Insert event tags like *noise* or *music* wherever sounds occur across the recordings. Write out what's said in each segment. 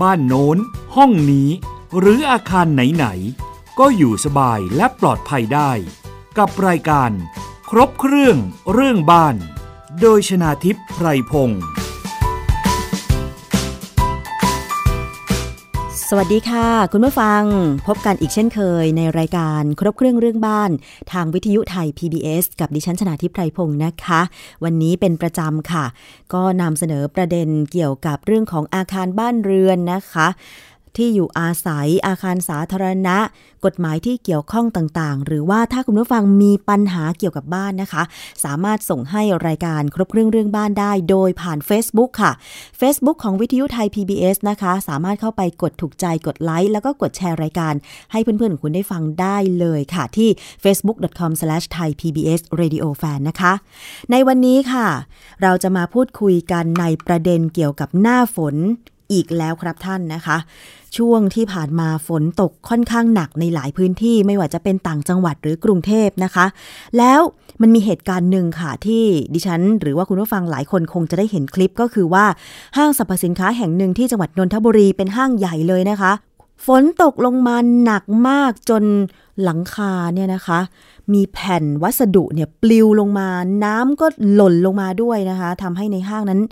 บ้านโน้น ห้องนี้ หรืออาคารไหน ๆ ก็อยู่สบายและปลอดภัยได้ กับรายการ ครบเครื่องเรื่องบ้าน โดยชนาทิพย์ไพรพงศ์ สวัสดีค่ะ คุณผู้ฟังพบกันอีกเช่นเคยในรายการครบเครื่องเรื่องบ้าน ทางวิทยุไทย PBS กับดิฉันชนาทิพไพรพงศ์นะคะ วันนี้เป็นประจำค่ะ ก็นำเสนอประเด็นเกี่ยวกับเรื่องของอาคารบ้านเรือนนะคะ ที่อยู่อาศัยอาคารสาธารณะ กฎหมายที่เกี่ยวข้องต่างๆ หรือว่าถ้าคุณผู้ฟังมีปัญหาเกี่ยวกับบ้านนะคะ สามารถส่งให้รายการครบเครื่องเรื่องบ้านได้ โดยผ่าน Facebook ค่ะ Facebook ของวิทยุไทย PBS นะคะ สามารถเข้าไปกดถูกใจกดไลค์แล้วก็กดแชร์รายการ ให้เพื่อนๆของคุณได้ฟังได้เลยค่ะ ที่ facebook.com/thaipbsradiofan นะคะ ในวันนี้ค่ะ เราจะมาพูดคุยกันในประเด็นเกี่ยวกับหน้าฝน อีกแล้วครับท่านนะคะ ช่วงที่ผ่านมาฝนตกค่อนข้างหนักในหลายพื้นที่ไม่ว่าจะเป็นต่างจังหวัดหรือกรุงเทพนะคะ แล้วมันมีเหตุการณ์หนึ่งค่ะที่ดิฉัน หรือว่าคุณผู้ฟังหลายคนคงจะได้เห็นคลิปก็คือว่าห้างสรรพสินค้าแห่งหนึ่งที่จังหวัดนนทบุรีเป็นห้างใหญ่เลยนะคะ ฝนตกลงมาหนักมากจนหลังคาเนี่ยนะคะ มีแผ่นวัสดุเนี่ยปลิวลงมา น้ำก็หล่นลงมาด้วยนะคะทำให้ในห้างนั้น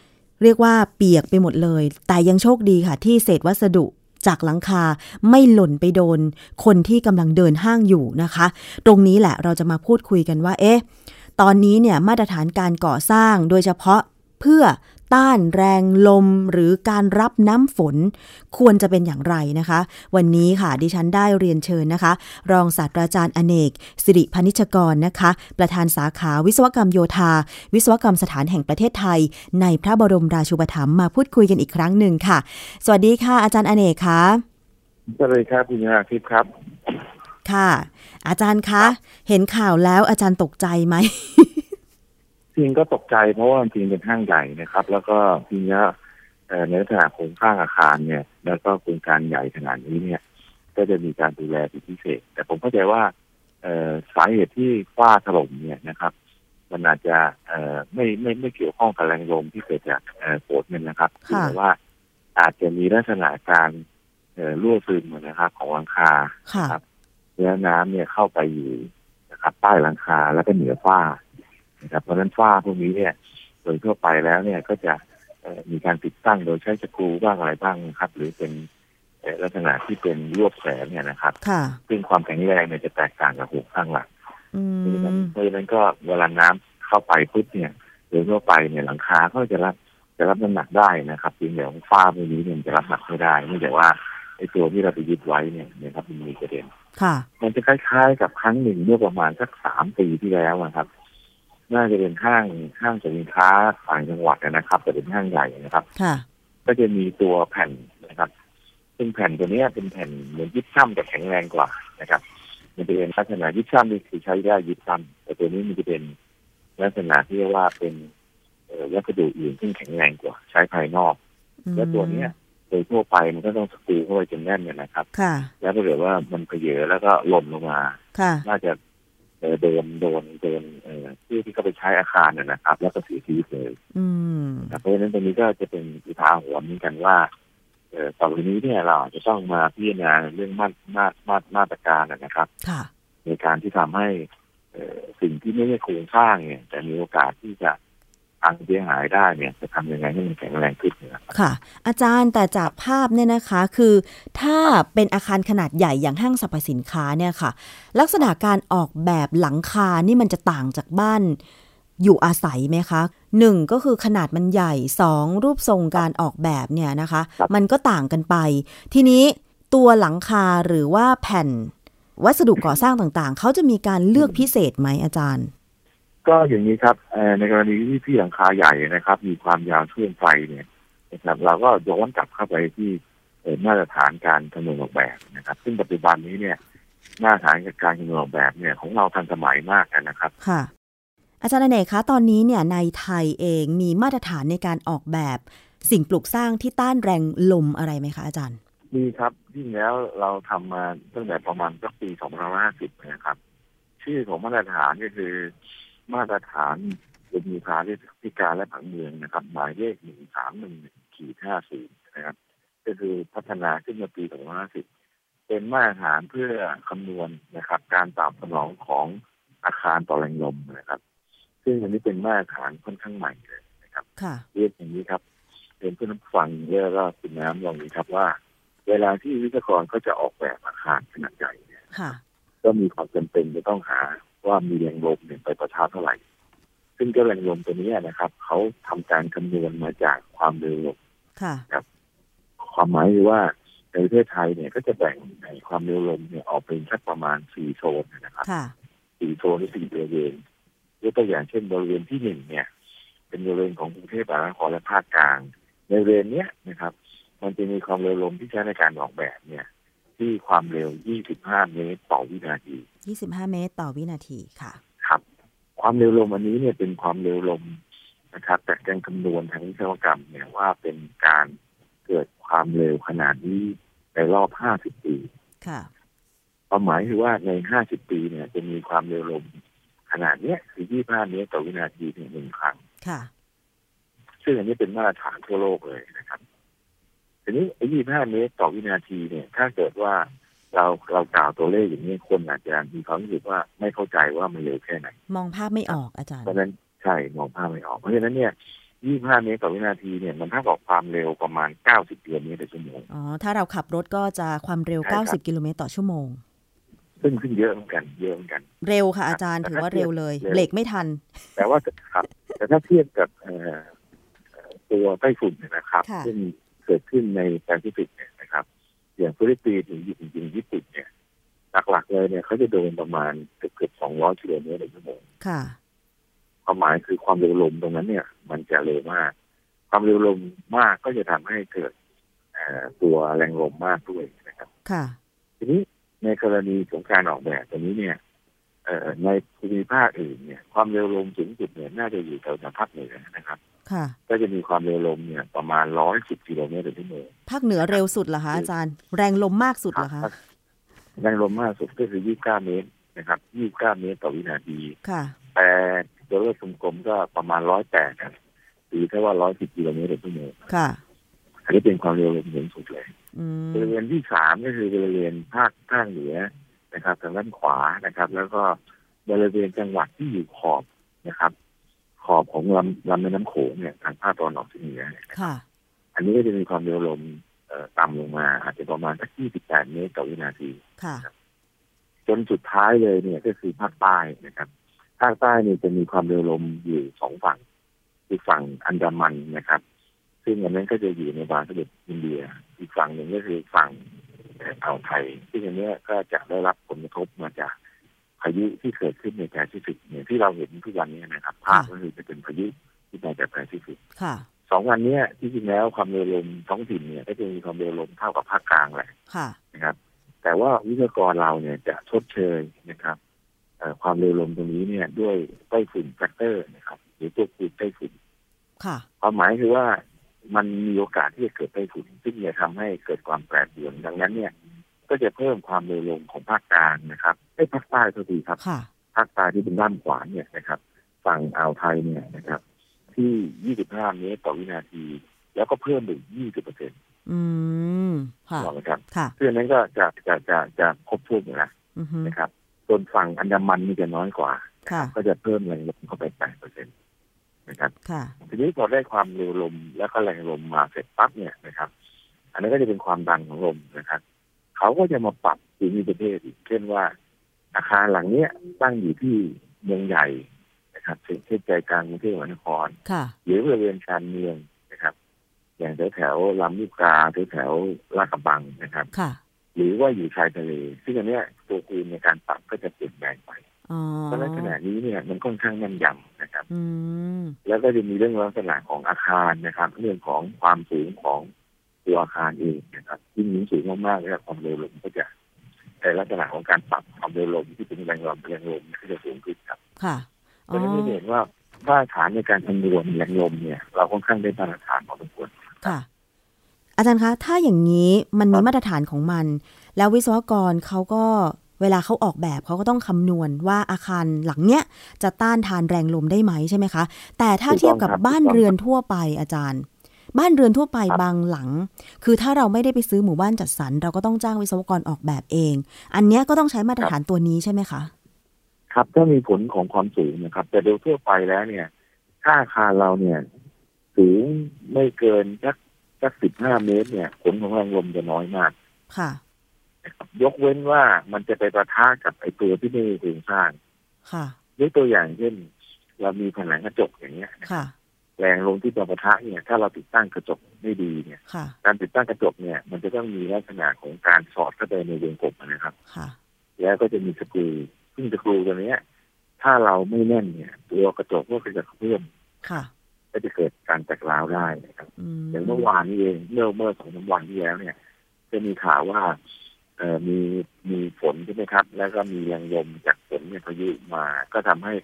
เรียกว่าเปียกไปหมดเลย แต่ยังโชคดีค่ะ ที่เศษวัสดุจากหลังคาไม่หล่นไปโดน คนที่กำลังเดินห้างอยู่นะคะ ตรงนี้แหละเราจะมาพูดคุยกันว่า เอ๊ะ ตอนนี้เนี่ยมาตรฐานการก่อสร้างโดยเฉพาะเพื่อต้านแรงลมหรือการรับน้ำฝน ควรจะเป็นอย่างไรนะคะ วันนี้ค่ะดิฉันได้เรียนเชิญนะคะ รองศาสตราจารย์อเนก สิริพนิชกรนะคะ ประธานสาขาวิศวกรรมโยธา วิศวกรรมสถานแห่งประเทศไทย ในพระบรมราชูปถัมภ์มาพูดคุยกันอีกครั้งหนึ่งค่ะ สวัสดีค่ะ อาจารย์อเนกค่ะ ก็เลยครับคุณชนาทิพย์ครับ ค่ะ อาจารย์คะเห็นข่าวแล้วอาจารย์ตกใจไหม จริงก็ตกใจเพราะว่าจริงเป็นห้างใหญ่นะครับ แล้วก็จริงแล้วเอ่อในลักษณะโครงสร้างอาคารเนี่ย แล้วก็โครงการใหญ่ขนาดนี้เนี่ย ก็จะมีการดูแลเป็นพิเศษ แต่ผมเข้าใจว่า เอ่อสาเหตุที่ฟ้าถล่มเนี่ยนะครับ มันอาจจะเอ่อไม่ไม่ไม่เกี่ยวข้องกับแรงลมที่เกิดจากเอ่อฝนเนี่ยนะครับ ค่ะ แต่ว่าอาจจะมีลักษณะการเอ่อรั่วซึมนะครับ ของหลังคา ค่ะ ครับ แล้วน้ำเนี่ยเข้าไปอยู่นะครับใต้หลังคาแล้วก็เหนือฝ้านะครับเพราะฉะนั้นฝ้าพวกนี้เนี่ย โดยทั่วไปแล้วเนี่ยก็จะเอ่อมีการติดตั้งโดยใช้สกรูบ้างอะไรบ้างนะครับ หรือเป็นเอ่อลักษณะที่เป็นรวบแสงเนี่ยนะครับ ค่ะ ซึ่งความแข็งแรงเนี่ยจะแตกต่างกับหัวข้างหลัง อื เพราะฉะนั้น ม เพราะฉะนั้นก็เวลาน้ำเข้าไปปุ๊บเนี่ยโดยทั่วไปเนี่ยหลังคาก็จะรับจะรับน้ำหนักได้นะครับเพียงแต่ว่าฝ้าพวกนี้เนี่ยมันจะรับหนักไม่ได้เนื่องจากว่าไอ้ตัวที่เราไปยึดไว้เนี่ยนะครับมันมีประเด็น ค่ะ มันจะคล้ายๆกับครั้งหนึ่งเมื่อประมาณสักสามปีที่แล้วนะครับ น่าจะเป็นห้างห้างสรรพสินค้าต่างจังหวัดนะครับแต่เป็นห้างใหญ่นะครับ ค่ะ ก็จะมีตัวแผ่นนะครับ ซึ่งแผ่นตัวเนี้ยเป็นแผ่นเหมือนยึดซ้ำแต่แข็งแรงกว่านะครับ มันจะเป็นลักษณะยึดซ้ำนี่คือใช้ได้ยึดซ้ำแต่ตัวนี้มันจะเป็นลักษณะที่เรียกว่าเป็นเอ่อวัสดุอื่นซึ่งแข็งแรงกว่า ใช้ภายนอก อืม และตัวเนี้ยโดยทั่วไปมันก็ต้องสกรูเข้าไปจนแน่นเนี่ยนะครับ ค่ะ แล้วถ้าเกิดว่ามันเผยเยอะแล้วก็หล่นลงมา ค่ะ น่าจะเอ่อโดนโดนโดนเอ่อผู้ที่เขาไปใช้อาคารนะนะครับ แล้วก็เสียชีวิตเลย อืม นะเพราะฉะนั้นตรงนี้ก็จะเป็นอุทาหรณ์เหมือนกันว่าเอ่อต่อไปนี้เนี่ยเราอาจจะต้องมาพิจารณาเรื่องมาตรมาตรมาตรมาตรการนะนะครับ ค่ะ ในการที่ทำให้เอ่อสิ่งที่ไม่ใช่โครงสร้างเนี่ย แต่มีโอกาสที่จะพังเสียหายได้เนี่ย จะทำยังไงให้มันแข็งแรงขึ้นนะครับ ค่ะ อาจารย์แต่จากภาพเนี่ยนะคะคือ ถ้าเป็นอาคารขนาดใหญ่อย่างห้างสรรพสินค้าเนี่ยค่ะ ลักษณะการออกแบบหลังคานี่มันจะต่างจากบ้าน อยู่อาศัยไหมคะหนึ่งก็คือขนาดมันใหญ่สองรูปทรงการออกแบบเนี่ยนะคะ ครับ มันก็ต่างกันไป ทีนี้ตัวหลังคาหรือว่าแผ่น วัสดุก่อสร้างต่างๆ เขาจะมีการเลือกพิเศษไหมอาจารย์ ก็อย่างนี้ครับเอ่อในกรณีที่ที่หลังคาใหญ่นะครับ มีความยาวช่วงไฟเนี่ยนะครับเราก็ย้อนกลับเข้าไปที่เอ่อมาตรฐานการคำนวณออกแบบนะครับ ซึ่งปัจจุบันนี้เนี่ยมาตรฐานการคำนวณออกแบบเนี่ยของเราทันสมัยมากนะครับ ค่ะ อาจารย์อเนกคะตอนนี้เนี่ยในไทยเองมีมาตรฐานในการออกแบบ สิ่งปลูกสร้างที่ต้านแรงลมอะไรไหมคะอาจารย์ มีครับยิ่งแล้วเราทำมาตั้งแต่ประมาณสักปี2550นะครับ ชื่อของมาตรฐานก็คือ มาตรฐานเป็นมีภาเรียกพิการและผังเมืองนะครับ หมายเลขหนึ่งสามหนึ่งขีดห้าสี่นะครับ ก็คือพัฒนาขึ้นมาปี2550 เป็นมาตรฐานเพื่อคำนวณนะครับ การตอบสนองของอาคารต่อแรงลมนะครับ ซึ่งอันนี้เป็นมาตรฐานค่อนข้างใหม่เลย ค่ะ เรียกอย่างนี้ครับเป็นเพื่อนผู้ฟังเรียกว่าคุณน้ำลองนี้ครับว่า เวลาที่วิศวกรเขาจะออกแบบอาคารขนาดใหญ่เนี่ย ค่ะ ก็มีความจำเป็นจะต้องหาว่ามีแรงลมเนี่ยไปประทะเท่าไหร่ ซึ่งเจ้าแรงลมตัวเนี้ยนะครับ เขาทำการคำนวณมาจากความเร็วลม ค่ะ ความหมายคือว่าในประเทศไทยเนี่ยก็จะแบ่งในความเร็วลมเนี่ยออกเป็นสักประมาณสี่โซนนะครับ ค่ะ สี่โซนหรือสี่บริเวณยกตัวอย่างเช่นบริเวณที่หนึ่งเนี่ย เป็นบริเวณของกรุงเทพมหานครและภาคกลาง ในบริเวณเนี้ยนะครับ มันจะมีความเร็วลมที่ใช้ในการออกแบบเนี่ย ที่ความเร็ว 25 เมตรต่อวินาที 25 เมตรต่อวินาทีค่ะ ครับความเร็วลมอันนี้เนี่ยเป็นความเร็วลมนะครับแต่การคำนวณทางวิศวกรรมเนี่ยว่าเป็นการเกิดความเร็วขนาดนี้ในรอบ 50 ปี ค่ะ ความหมายคือว่าใน 50 ปีเนี่ยจะมีความเร็วลมขนาดเนี้ยคือ 25 เมตรต่อวินาทีเนี่ยหนึ่งครั้ง ค่ะ ซึ่งอันนี้เป็นมาตรฐานทั่วโลกเลยนะครับ ทีนี้ไอ้25 เมตรต่อวินาทีเนี่ย ถ้าเกิดว่าเราเรากล่าวตัวเลขอย่างนี้คนอาจจะมีความรู้สึกว่าไม่เข้าใจว่ามันเร็วแค่ไหน มองภาพไม่ออกอาจารย์ เพราะฉะนั้นใช่มองภาพไม่ออก เพราะฉะนั้นเนี่ย 25 เมตรต่อวินาทีเนี่ยมันเท่ากับความเร็วประมาณ 90กิโลเมตรต่อชั่วโมง อ๋อ ถ้าเราขับรถก็จะความเร็ว ใช่ครับ 90 กิโลเมตรต่อชั่วโมง ซึ่งซึ่งเยอะเหมือนกันเยอะเหมือนกัน เร็วค่ะอาจารย์ ครับ ถือว่าเร็วเลย เร็ว เบรกไม่ทัน แต่ว่าครับ แต่ถ้าเทียบกับเอ่อเอ่อตัวไต้ฝุ่นเนี่ยนะครับ ค่ะ ซึ่งเกิดขึ้นในแปซิฟิกเนี่ยนะครับ อย่างฟิลิปปินส์หรือจริงๆญี่ปุ่นเนี่ย หลักๆเลยเนี่ยเขาจะโดนประมาณเกือบเกือบ200กิโลเมตรต่อชั่วโมง ค่ะ ความหมายคือความเร็วลมตรงนั้นเนี่ย มันจะเร็วมาก ความเร็วลมมากก็จะทำให้เกิดเอ่อตัวแรงลมมากด้วยนะครับ ค่ะ ทีนี้ในกรณีของการออกแบบตัวนี้เนี่ยเอ่อในภูมิภาคอื่นเนี่ย ความเร็วลมสูงสุดเนี่ยน่าจะอยู่แถวทางภาคเหนือนะครับ ค่ะ ก็จะมีความเร็วลมเนี่ย ประมาณ 110 กิโลเมตรต่อชั่วโมง ภาคเหนือเร็วสุดเหรอคะอาจารย์ แรงลมมากสุดเหรอคะ แรงลมมากสุดก็คือ 29 เมตรนะครับ 29 เมตรต่อวินาที ค่ะ แต่ตัวเลขกลมๆก็ประมาณ 108นะหรือถ้าว่า 110 กิโลเมตรต่อชั่วโมง ค่ะ อันนี้เป็นความเร็วลมสูงสุดเลย อืม บริเวณที่สามก็คือบริเวณภาคภาคเหนือนะครับทางด้านขวานะครับ แล้วก็บริเวณจังหวัดที่อยู่ขอบนะครับ ขอบของลำลำแม่น้ำโขงเนี่ยทางภาคตะวันออกเฉียงเหนือเนี่ย ค่ะ อันนี้ก็จะมีความเร็วลมเอ่อต่ำลงมา อาจจะประมาณสัก 28 เมตรต่อวินาที ค่ะ จนสุดท้ายเลยเนี่ยก็คือภาคใต้นะครับภาคใต้เนี่ยจะมีความเร็วลมอยู่สองฝั่งคือฝั่งอันดามันนะครับ ซึ่งอันนั้นก็จะอยู่ในบางสมุทรอินเดีย อีกฝั่งหนึ่งก็คือฝั่งเอ่ออ่าวไทย ซึ่งอันเนี้ยก็จะได้รับผลกระทบมาจากพายุที่เกิดขึ้นในแปซิฟิกเนี่ยที่เราเห็นทุกวันเนี้นะครับ ภาพก็คือจะเป็นพายุที่มาจากแปซิฟิก ค่ะ สองวันเนี้ยที่จริงแล้วความเร็วลมท้องถิ่นเนี่ยก็จะมีความเร็วลมเท่ากับภาคกลางแหละ ค่ะ นะครับแต่ว่าวิศวกรเราเนี่ยจะชดเชยนะครับเอ่อความเร็วลมตรงนี้เนี่ยด้วยไต้ฝุ่นแฟกเตอร์นะครับหรือตัวคูณไต้ฝุ่น ค่ะ ความหมายคือว่ามันมีโอกาสที่จะเกิดไต้ฝุ่นซึ่งจะทำให้เกิดความแปรปรวนดังนั้นเนี่ย ก็จะเพิ่มความเร็วลมของภาคกลางนะครับไอ้ยภาคใต้โทุกทีครับ ค่ะ ภาคใต้ที่เป็นด้านขวาเนี่ยนะครับ ฝั่งอ่าวไทยเนี่ยนะครับ ที่ 25 เมตรต่อวินาที แล้วก็เพิ่มถึง20เปอร์เซ็นต์ อืม ค่ะ ต่อนะครับ ค่ะ เพื่อนนั้นก็จะจะจะจะครบถ้วนอยู่แล้ว อือฮึ นะครับส่วนฝั่งอันดามันนี่จะน้อยกว่า ค่ะ ก็จะเพิ่มแรงลมเข้าไป 8 เปอร์เซ็นต์นะครับ ค่ะ ทีนี้พอได้ความเร็วลมแล้วก็แรงลมมาเสร็จปั๊บเนี่ยนะครับ อันนั้นก็จะเป็นความดังของลมนะครับ เขาก็จะมาปรับภูมิประเทศอีกเช่นว่า อาคารหลังเนี้ยตั้งอยู่ที่เมืองใหญ่นะครับเช่นเช่นใจกลางกรุงเทพมหานคร ค่ะ หรือบริเวณชานเมืองนะครับ อย่างแถวแถวๆลำลูกกาแถวแถวๆลาดกระบังนะครับ ค่ะ หรือว่าอยู่ชายทะเล ซึ่งอันเนี้ยตัวคูณในการปรับก็จะเปลี่ยนแปลงไป อ๋อ เพราะลักษณะนี้เนี่ยมันค่อนข้างแม่นยำนะครับ อืม แล้วก็จะมีเรื่องลักษณะของอาคารนะครับ เรื่องของความสูงของตัวอาคารเองนะครับยิ่งสูงมากๆแล้วความเร็วลมก็จะในลักษณะของการปรับความเร็วลมที่เป็นแรงลมแรงลมก็จะสูงขึ้นครับ ค่ะ เพราะฉะนั้นจะเห็นว่ามาตรฐานในการคำนวณแรงลมเนี่ย เราค่อนข้างได้มาตรฐานพอสมควร ค่ะ อาจารย์คะ ถ้าอย่างนี้มันมี ครับ มาตรฐานของมัน แล้ววิศวกรเขาก็เวลาเขาออกแบบเขาก็ต้องคำนวณว่าอาคารหลังเนี้ยจะต้านทานแรงลมได้ไหมใช่ไหมคะ แต่ถ้าเทียบกับบ้านเรือนทั่วไปอาจารย์ บ้านเรือนทั่วไป ครับ บางหลัง คือถ้าเราไม่ได้ไปซื้อหมู่บ้านจัดสรรเราก็ต้องจ้างวิศวกรออกแบบเอง อันเนี้ยก็ต้องใช้มาตรฐานตัวนี้ใช่ไหมคะ ครับก็มีผลของความสูงนะครับ แต่โดยทั่วไปแล้วเนี่ย ถ้าอาคารเราเนี่ย สูงไม่เกินสักสักสิบห้าเมตรเนี่ย ผลของแรงลมจะน้อยมาก ค่ะ นะครับยกเว้นว่ามันจะไปประทะกับไอ้ตัวที่ไม่มีโครงสร้าง ค่ะ ยกตัวอย่างเช่น เรามีผนังกระจกอย่างเงี้ย ค่ะ แรงลมที่จะประทะเนี่ย ถ้าเราติดตั้งกระจกไม่ดีเนี่ย ค่ะ การติดตั้งกระจกเนี่ย มันจะต้องมีลักษณะของการสอดเข้าไปในวงกลมนะครับ ค่ะ แล้วก็จะมีสกรูซึ่งสกรูตัวเนี้ย ถ้าเราไม่แน่นเนี่ย ตัวกระจกก็จะกระเพื่อม ค่ะ ก็จะเกิดการแตกร้าวได้นะครับ อืม อย่างเมื่อวานนี้เองเมื่อเมื่อสองสามวันที่แล้วเนี่ย จะมีข่าวว่าเอ่อมีมีฝนใช่ไหมครับ แล้วก็มีแรงลมจากฝนเนี่ยพายุมา ก็ทำให้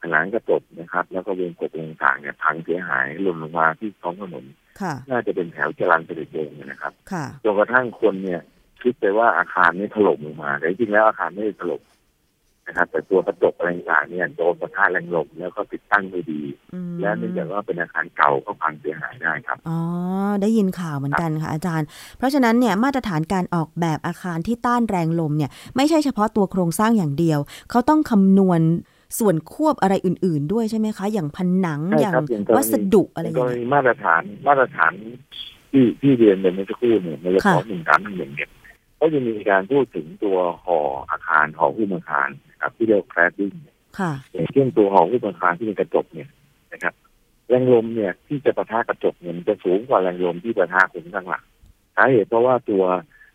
ผนังกระจกนะครับ แล้วก็วงกบต่างๆเนี่ยพังเสียหายหล่นลงมาที่ท้องถนน ค่ะ น่าจะเป็นแถวจรัญสนิทวงศ์เนี่ยนะครับ ค่ะ จนกระทั่งคนเนี่ย คิดไปว่าอาคารนี่ถล่มลงมาแต่จริงๆแล้วอาคารไม่ได้ถล่มนะครับแต่ตัวกระจกอะไรต่างๆเนี่ยโดนกระทะแรงลมแล้วก็ติดตั้งไม่ดี อืม และเนื่องจากว่าเป็นอาคารเก่าก็พังเสียหายได้ครับ อ๋อ ได้ยินข่าวเหมือนกันค่ะอาจารย์ เพราะฉะนั้นเนี่ยมาตรฐานการออกแบบอาคารที่ต้านแรงลมเนี่ยไม่ใช่เฉพาะตัวโครงสร้างอย่างเดียว เขาต้องคำนวณส่วนควบอะไรอื่น ๆ ด้วยใช่ไหมคะ อย่างผนัง ใช่ อย่าง ครับอย่างกรณี วัสดุอะไรอย่าง ก็ เงี้ย มีมาตรฐานมาตรฐานที่ที่เรียนไปเมื่อสักครู่เนี่ยในเรื่องของหนึ่งสามหนึ่งหนึ่งเนี่ยก็จะมีการพูดถึงตัวห่ออาคารห่อหุ้มอาคารนะครับที่เรียกแครดิ้ง ค่ะ อย่างเช่นตัวห่อหุ้มอาคารที่เป็นกระจกเนี่ยนะครับ แรงลมเนี่ยที่จะประทะกระจกเนี่ยมันจะสูงกว่าแรงลมที่ประทะคนข้างหลังสาเหตุเพราะว่าตัว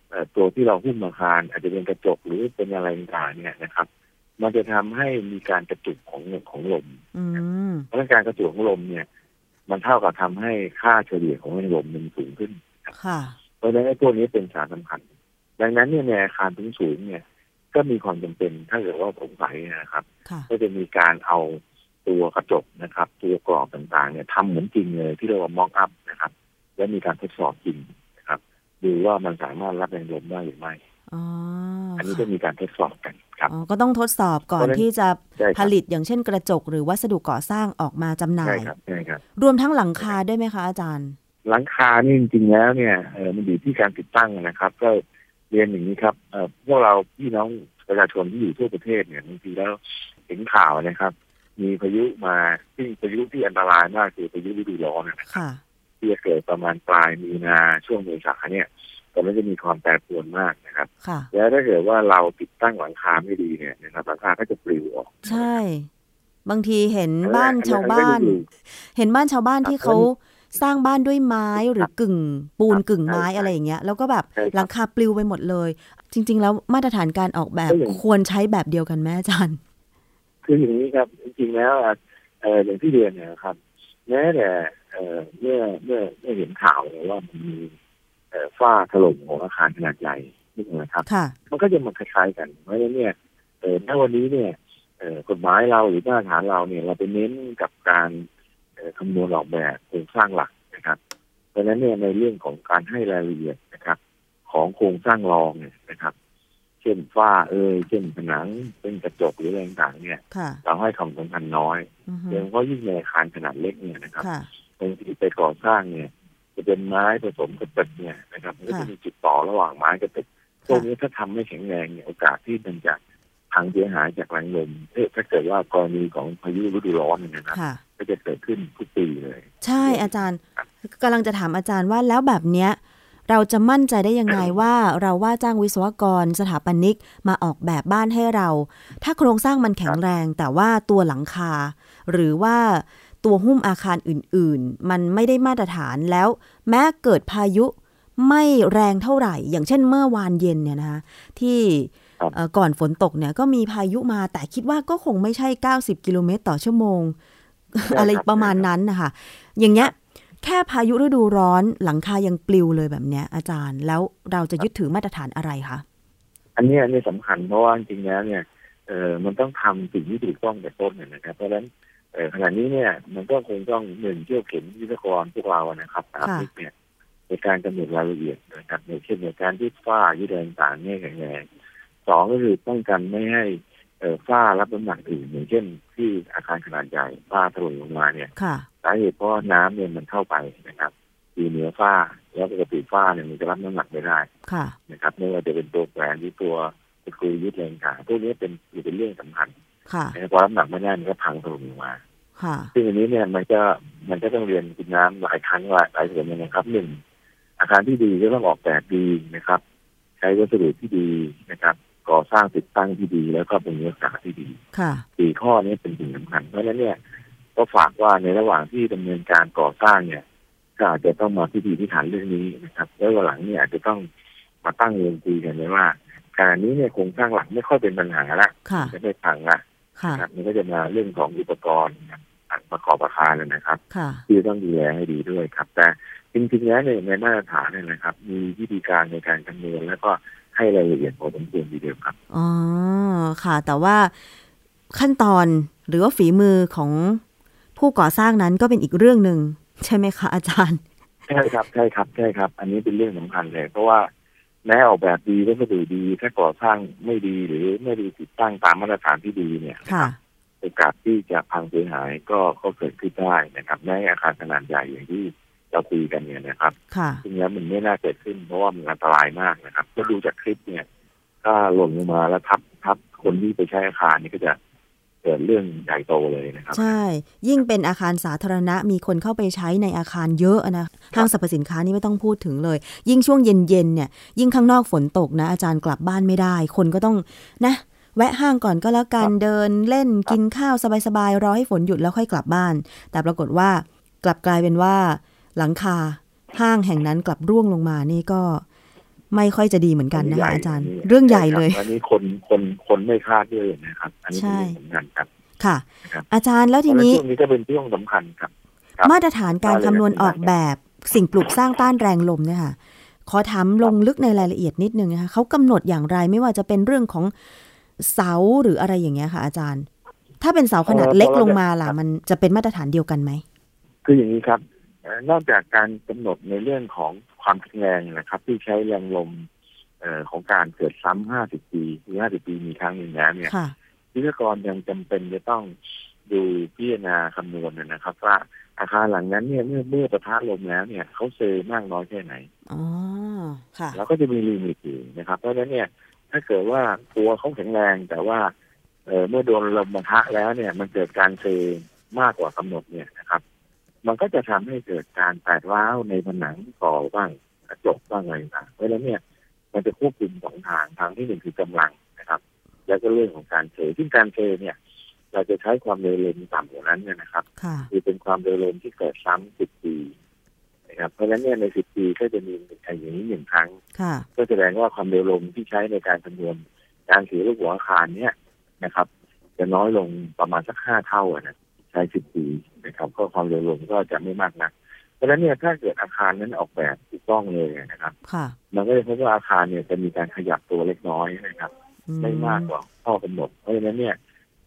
เอ่อตัวที่เราหุ้มอาคาร อาจจะเป็นกระจกหรือเป็นอะไรต่างๆเนี่ยนะครับ มันจะทำให้มีการกระจุกของของลม อืม เพราะฉะนั้นการกระตุ้นของลมเนี่ย มันเท่ากับทำให้ค่าเฉลี่ยของแรงลมมันสูงขึ้น ค่ะ เพราะฉะนั้นไอ้พวกนี้เป็นสารสำคัญ ดังนั้นเนี่ยในอาคารสูงสูงๆเนี่ย ก็มีความจำเป็นถ้าเกิดว่าผมไปนะครับ ค่ะ ก็จะมีการเอาตัวกระจกนะครับ ตัวกรอบต่างๆเนี่ยทำเหมือนจริงเลยที่เรียกว่ามอกอัพนะครับ และมีการทดสอบจริงนะครับ ดูว่ามันสามารถรับแรงลมได้หรือไม่ อ๋อ อันนี้ ค่ะ จะมีการทดสอบกันครับ อ๋อ ก็ต้องทดสอบก่อน เพราะฉะนั้น ที่จะ ใช่ค ผ รับ ลิตอย่างเช่นกระจกหรือวัสดุก่อสร้างออกมาจำหน่า ใช่ ย ครับใช่ครับ รวมทั้งหลังคาด้วยไหมคะอาจารย์ หลังคานี่จริงๆแล้วเนี่ยเอ่อมันอยู่ที่การติดตั้งนะครับ ก็เรียนอย่างนี้ครับเอ่อพวกเราพี่น้องประชาชนที่อยู่ทั่วประเทศเนี่ยบางทีแล้วเห็นข่าวนะครับ มีพายุมาซึ่งพายุที่อันตรายมากคือพายุฤดูร้อนนะ ค่ะ ที่จะเกิดประมาณปลายมีนาช่วงเมษาเนี่ยตอนนั้นจะมีความแปรปรวนมากนะครับ ค่ะ แล้วถ้าเกิดว่าเราติดตั้งหลังคาไม่ดีเนี่ยนะครับหลังคาก็จะปลิวออก ใช่ บางทีเห็นบ้านชาวบ้าน อัก็จะอยู่ เห็นบ้านชาวบ้าน ครับ ที่เขาสร้างบ้านด้วยไม้หรือกึ่ง ปูน ครับ กึ่งไม้ ใช่ อะไรอย่างเงี้ย แล้วก็แบบ ใช่ครับ หลังคาปลิวไปหมดเลย จริง ๆ แล้วมาตรฐานการออกแบบ ก็อย่าง ควรใช้แบบเดียวกันแม่อาจารย์ คืออย่างนี้ครับจริงๆแล้วอ่ะเอออย่างที่เรียนเนี่ยนะครับแม้แต่เอ่อเมื่อเมื่อเมื่อเห็นข่าวเนี่ยว่ามันมีเอ่อฝ้าถล่มของอาคารขนาดใหญ่นี่นะครับ ค่ะ มันก็จะมาคล้ายๆกันเพราะฉะนั้นเนี่ยเออณวันนี้เนี่ยเอ่อกฎหมายเราหรือมาตรฐานเราเนี่ยเราไปเน้นกับการเอ่อคำนวณออกแบบโครงสร้างหลักนะครับ เพราะฉะนั้นเนี่ยในเรื่องของการให้รายละเอียดนะครับ ของโครงสร้างรองเนี่ยนะครับ เช่นฝ้าเอ่ยเช่นผนังเป็นกระจกหรืออะไรต่างๆเนี่ย ค่ะ เราให้ความสำคัญน้อย อือฮึ โดยเฉพาะยิ่งในอาคารขนาดเล็กเนี่ยนะครับ ค่ะ บางทีไปก่อสร้างเนี่ย จะเป็นไม้ผสมกับตึกเนี่ยนะครับมันก็จะ ค่ะ มีจุดต่อระหว่างไม้กับตึกพว ค่ะ กนี้ถ้าทำไม่แข็งแรงเนี่ยโอกาสที่มันจะพังเสียหายจากแรงลมเอ๊ะถ้าเกิดว่ากรณีของพายุฤดูร้อนเนี่ยนะครับ ค่ะ ก็จะเกิดขึ้นทุกปีเลย ใช่อาจารย์กำลังจะถามอาจารย์ว่าแล้วแบบเนี้ย เราจะมั่นใจได้ยังไงว่าเราว่าจ้างวิศวกรสถาปนิกมาออกแบบบ้านให้เรา ถ้าโครงสร้างมันแข็งแรง แต่ว่าตัวหลังคา หรือว่าตัวหุ้มอาคารอื่นๆ มันไม่ได้มาตรฐานแล้ว แม้เกิดพายุไม่แรงเท่าไหร่ อย่างเช่นเมื่อวานเย็นเนี่ยนะคะที่ ครับ เอ่อก่อนฝนตกเนี่ยก็มีพายุมาแต่คิดว่าก็คงไม่ใช่ 90 กิโลเมตรต่อชั่วโมง อะไรประมาณนั้นนะคะ อย่างเงี้ย แค่พายุฤดูร้อนหลังคายังปลิวเลยแบบเนี้ย อาจารย์แล้วเราจะยึดถือมาตรฐานอะไรคะ อันเนี้ยอันนี้สำคัญเพราะว่าจริงๆแล้วเนี่ยเออมันต้องทำสิ่งที่ถูกต้องแต่ต้นเนี่ยนะครับ เพราะฉะนั้นเออขณะนี้เนี่ย มันก็คงต้องหนึ่งเที่ยวเข็มวิศวกรพวกเราอะนะครับตาม ค่ะ นิดเนี่ยในการกำหนดรายละเอียดนะครับในเช่นในการที่ฝ้ายืดแรงต่างๆเนี่ยแข็งแรงสองก็คือป้องกันไม่ให้เออฝ้ารับน้ำหนักอื่นอย่างเช่น ที่อาคารขนาดใหญ่ฝ้าถล่มลงมาเนี่ย ค่ะ สาเหตุเพราะว่าน้ำเนี่ยมันเข้าไปนะครับ คือเหนือฝ้า แล้วปกติฝ้าเนี่ยมันจะรับน้ำหนักไม่ได้ ค่ะ นะครับไม่ว่าจะเป็นตัวแหวนหรือตัวตะกรุยยึดแรงขาพวกนี้เป็นหรือเป็นเรื่องสำคัญ ค่ะ นะครับพอรับน้ำหนักไม่ได้มันก็พังถล่มลงมา ค่ะ ซึ่งอันนี้เนี่ยมันก็มันก็ต้องเรียนคุณน้ำหลายครั้งหลายหลายส่วนเลยนะครับหนึ่งอาคารที่ดีก็ต้องออกแบบดีนะครับ ใช้วัสดุที่ดีนะครับ ก่อสร้างติดตั้งที่ดีแล้วก็บริการที่ดี ค่ะ สี่ข้อนี้เป็นสิ่งสำคัญเพราะฉะนั้นเนี่ยก็ฝากว่าในระหว่างที่ดำเนินการก่อสร้างเนี่ยก็อาจจะต้องมาพิธีพิถันเรื่องนี้นะครับ แล้ววันหลังเนี่ยอาจจะต้องมาตั้งวงคุยกันเลยว่าการนี้เนี่ยโครงสร้างหลักไม่ค่อยเป็นปัญหาละ ค่ะ จะไม่พังละ ค่ะ ครับมันก็จะมาเรื่องของอุปกรณ์นะครับประกอบอาคารเลยนะครับ ค่ะ ที่ต้องดูแลให้ดีด้วยครับ แต่จริงๆแล้วเนี่ยในมาตรฐานเนี่ยนะครับ มีวิธีการในการคำนวณแล้วก็ให้รายละเอียดพอสมควรทีเดียวครับ อ๋อ ค่ะ แต่ว่าขั้นตอนหรือว่าฝีมือของผู้ก่อสร้างนั้นก็เป็นอีกเรื่องหนึ่งใช่ไหมคะอาจารย์ ใช่ครับใช่ครับใช่ครับ อันนี้เป็นเรื่องสำคัญเลย เพราะว่าแม้ออกแบบดีวัสดุดี ถ้าก่อสร้างไม่ดีหรือไม่ได้ติดตั้งตามมาตรฐานที่ดีเนี่ย ค่ะ โอกาสที่จะพังเสียหายก็ก็เกิดขึ้นได้นะครับในอาคารขนาดใหญ่อย่างที่เราคุยกันเนี่ยนะครับ ค่ะ ซึ่งแล้วมันไม่น่าเกิดขึ้น เพราะว่ามันอันตรายมากนะครับ ก็ดูจากคลิปเนี่ย ถ้าหล่นลงมาแล้วทับทับคนที่ไปใช้อาคารนี่ก็จะเกิดเรื่องใหญ่โตเลยนะครับ ใช่ ยิ่งเป็นอาคารสาธารณะมีคนเข้าไปใช้ในอาคารเยอะนะห้างสรรพสินค้านี่ไม่ต้องพูดถึงเลย ยิ่งช่วงเย็นๆเนี่ย ยิ่งข้างนอกฝนตกนะ อาจารย์กลับบ้านไม่ได้ คนก็ต้องนะ แวะห้างก่อนก็แล้วกันเดินเล่นกินข้าวสบายๆรอให้ฝนหยุดแล้วค่อยกลับบ้าน แต่ปรากฏว่ากลับกลายเป็นว่า หลังคาห้างแห่งนั้นกลับร่วงลงมานี่ก็ ไม่ค่อยจะดีเหมือนกันนะคะอาจารย์ เรื่องใหญ่เลย อันนี้คนคนคนไม่คาดด้วยนะครับ อันนี้เป็นเรื่องสำคัญครับ ค่ะ ครับ อาจารย์แล้วทีนี้ เพราะฉะช่วงนี้ก็เป็นช่วงสำคัญครับ ครับ มาตรฐานการ ได้เลย คำนวณ ครับ ออกแบบสิ่งปลูกสร้างต้านแรงลมเนี่ยค่ะขอถามลงลึกในรายละเอียดนิดนึงนะคะเขากำหนดอย่างไรไม่ว่าจะเป็นเรื่องของเสาหรืออะไรอย่างเงี้ยค่ะ อาจารย์ ถ้าเป็นเสาขนาดเล็กลงมาล่ะ มันจะเป็นมาตรฐานเดียวกันไหม คืออย่างนี้ครับเอ่อนอกจากการกำหนดในเรื่องของความแข็งแรงนะครับ ที่ใช้แรงลมเอ่อของการเกิดซ้ำ50 ปีหรือ50 ปีมีครั้งหนึ่งแล้วเนี่ย ค่ะ วิศวกรยังจำเป็นจะต้องดูพิจารณาคำนวณนะครับ ว่าอาคารหลังนั้นเนี่ยเมื่อเมื่อประทะลมแล้วเนี่ยเขาเซมากน้อยแค่ไหน อ๋อ ค่ะ แล้วก็จะมีลิมิตอยู่นะครับ เพราะฉะนั้นเนี่ย ถ้าเกิดว่าตัวเขาแข็งแรงแต่ว่าเอ่อเมื่อโดนลมปะทะแล้วเนี่ย มันเกิดการเซมากกว่ากำหนดเนี่ยนะครับ มันก็จะทำให้เกิดการแตกร้าวในผนังก่อบ้างกระจกบ้างอะไรต่างๆเพราะฉะนั้นเนี่ย มันจะควบคุมสองทางทางที่หนึ่งคือกำลังนะครับ แล้วก็เรื่องของการเซซึ่งการเซเนี่ย เราจะใช้ความเร็วเลนต่ำกว่านั้นเนี่ยนะครับ ค่ะ คือเป็นความเร็วลมที่เกิดซ้ำสิบปีนะครับเพราะฉะนั้นเนี่ยในสิบปีก็จะมีอย่างนี้หนึ่งครั้ง ค่ะ ก็แสดงว่าความเร็วลมที่ใช้ในการคำนวณการถือลูกหัวอาคารเนี่ยนะครับ จะน้อยลงประมาณสักห้าเท่าอะนะใช้สิบปีนะครับ ก็ความเร็วลมก็จะไม่มากนัก เพราะฉะนั้นเนี่ยถ้าเกิดอาคารนั้นออกแบบถูกต้องเลยนะครับ ค่ะ มันก็จะพบว่าอาคารเนี่ยจะมีการขยับตัวเล็กน้อยนะครับ อื ไม่มากกว่าข้อกำหนด เพราะฉะนั้นเนี่ย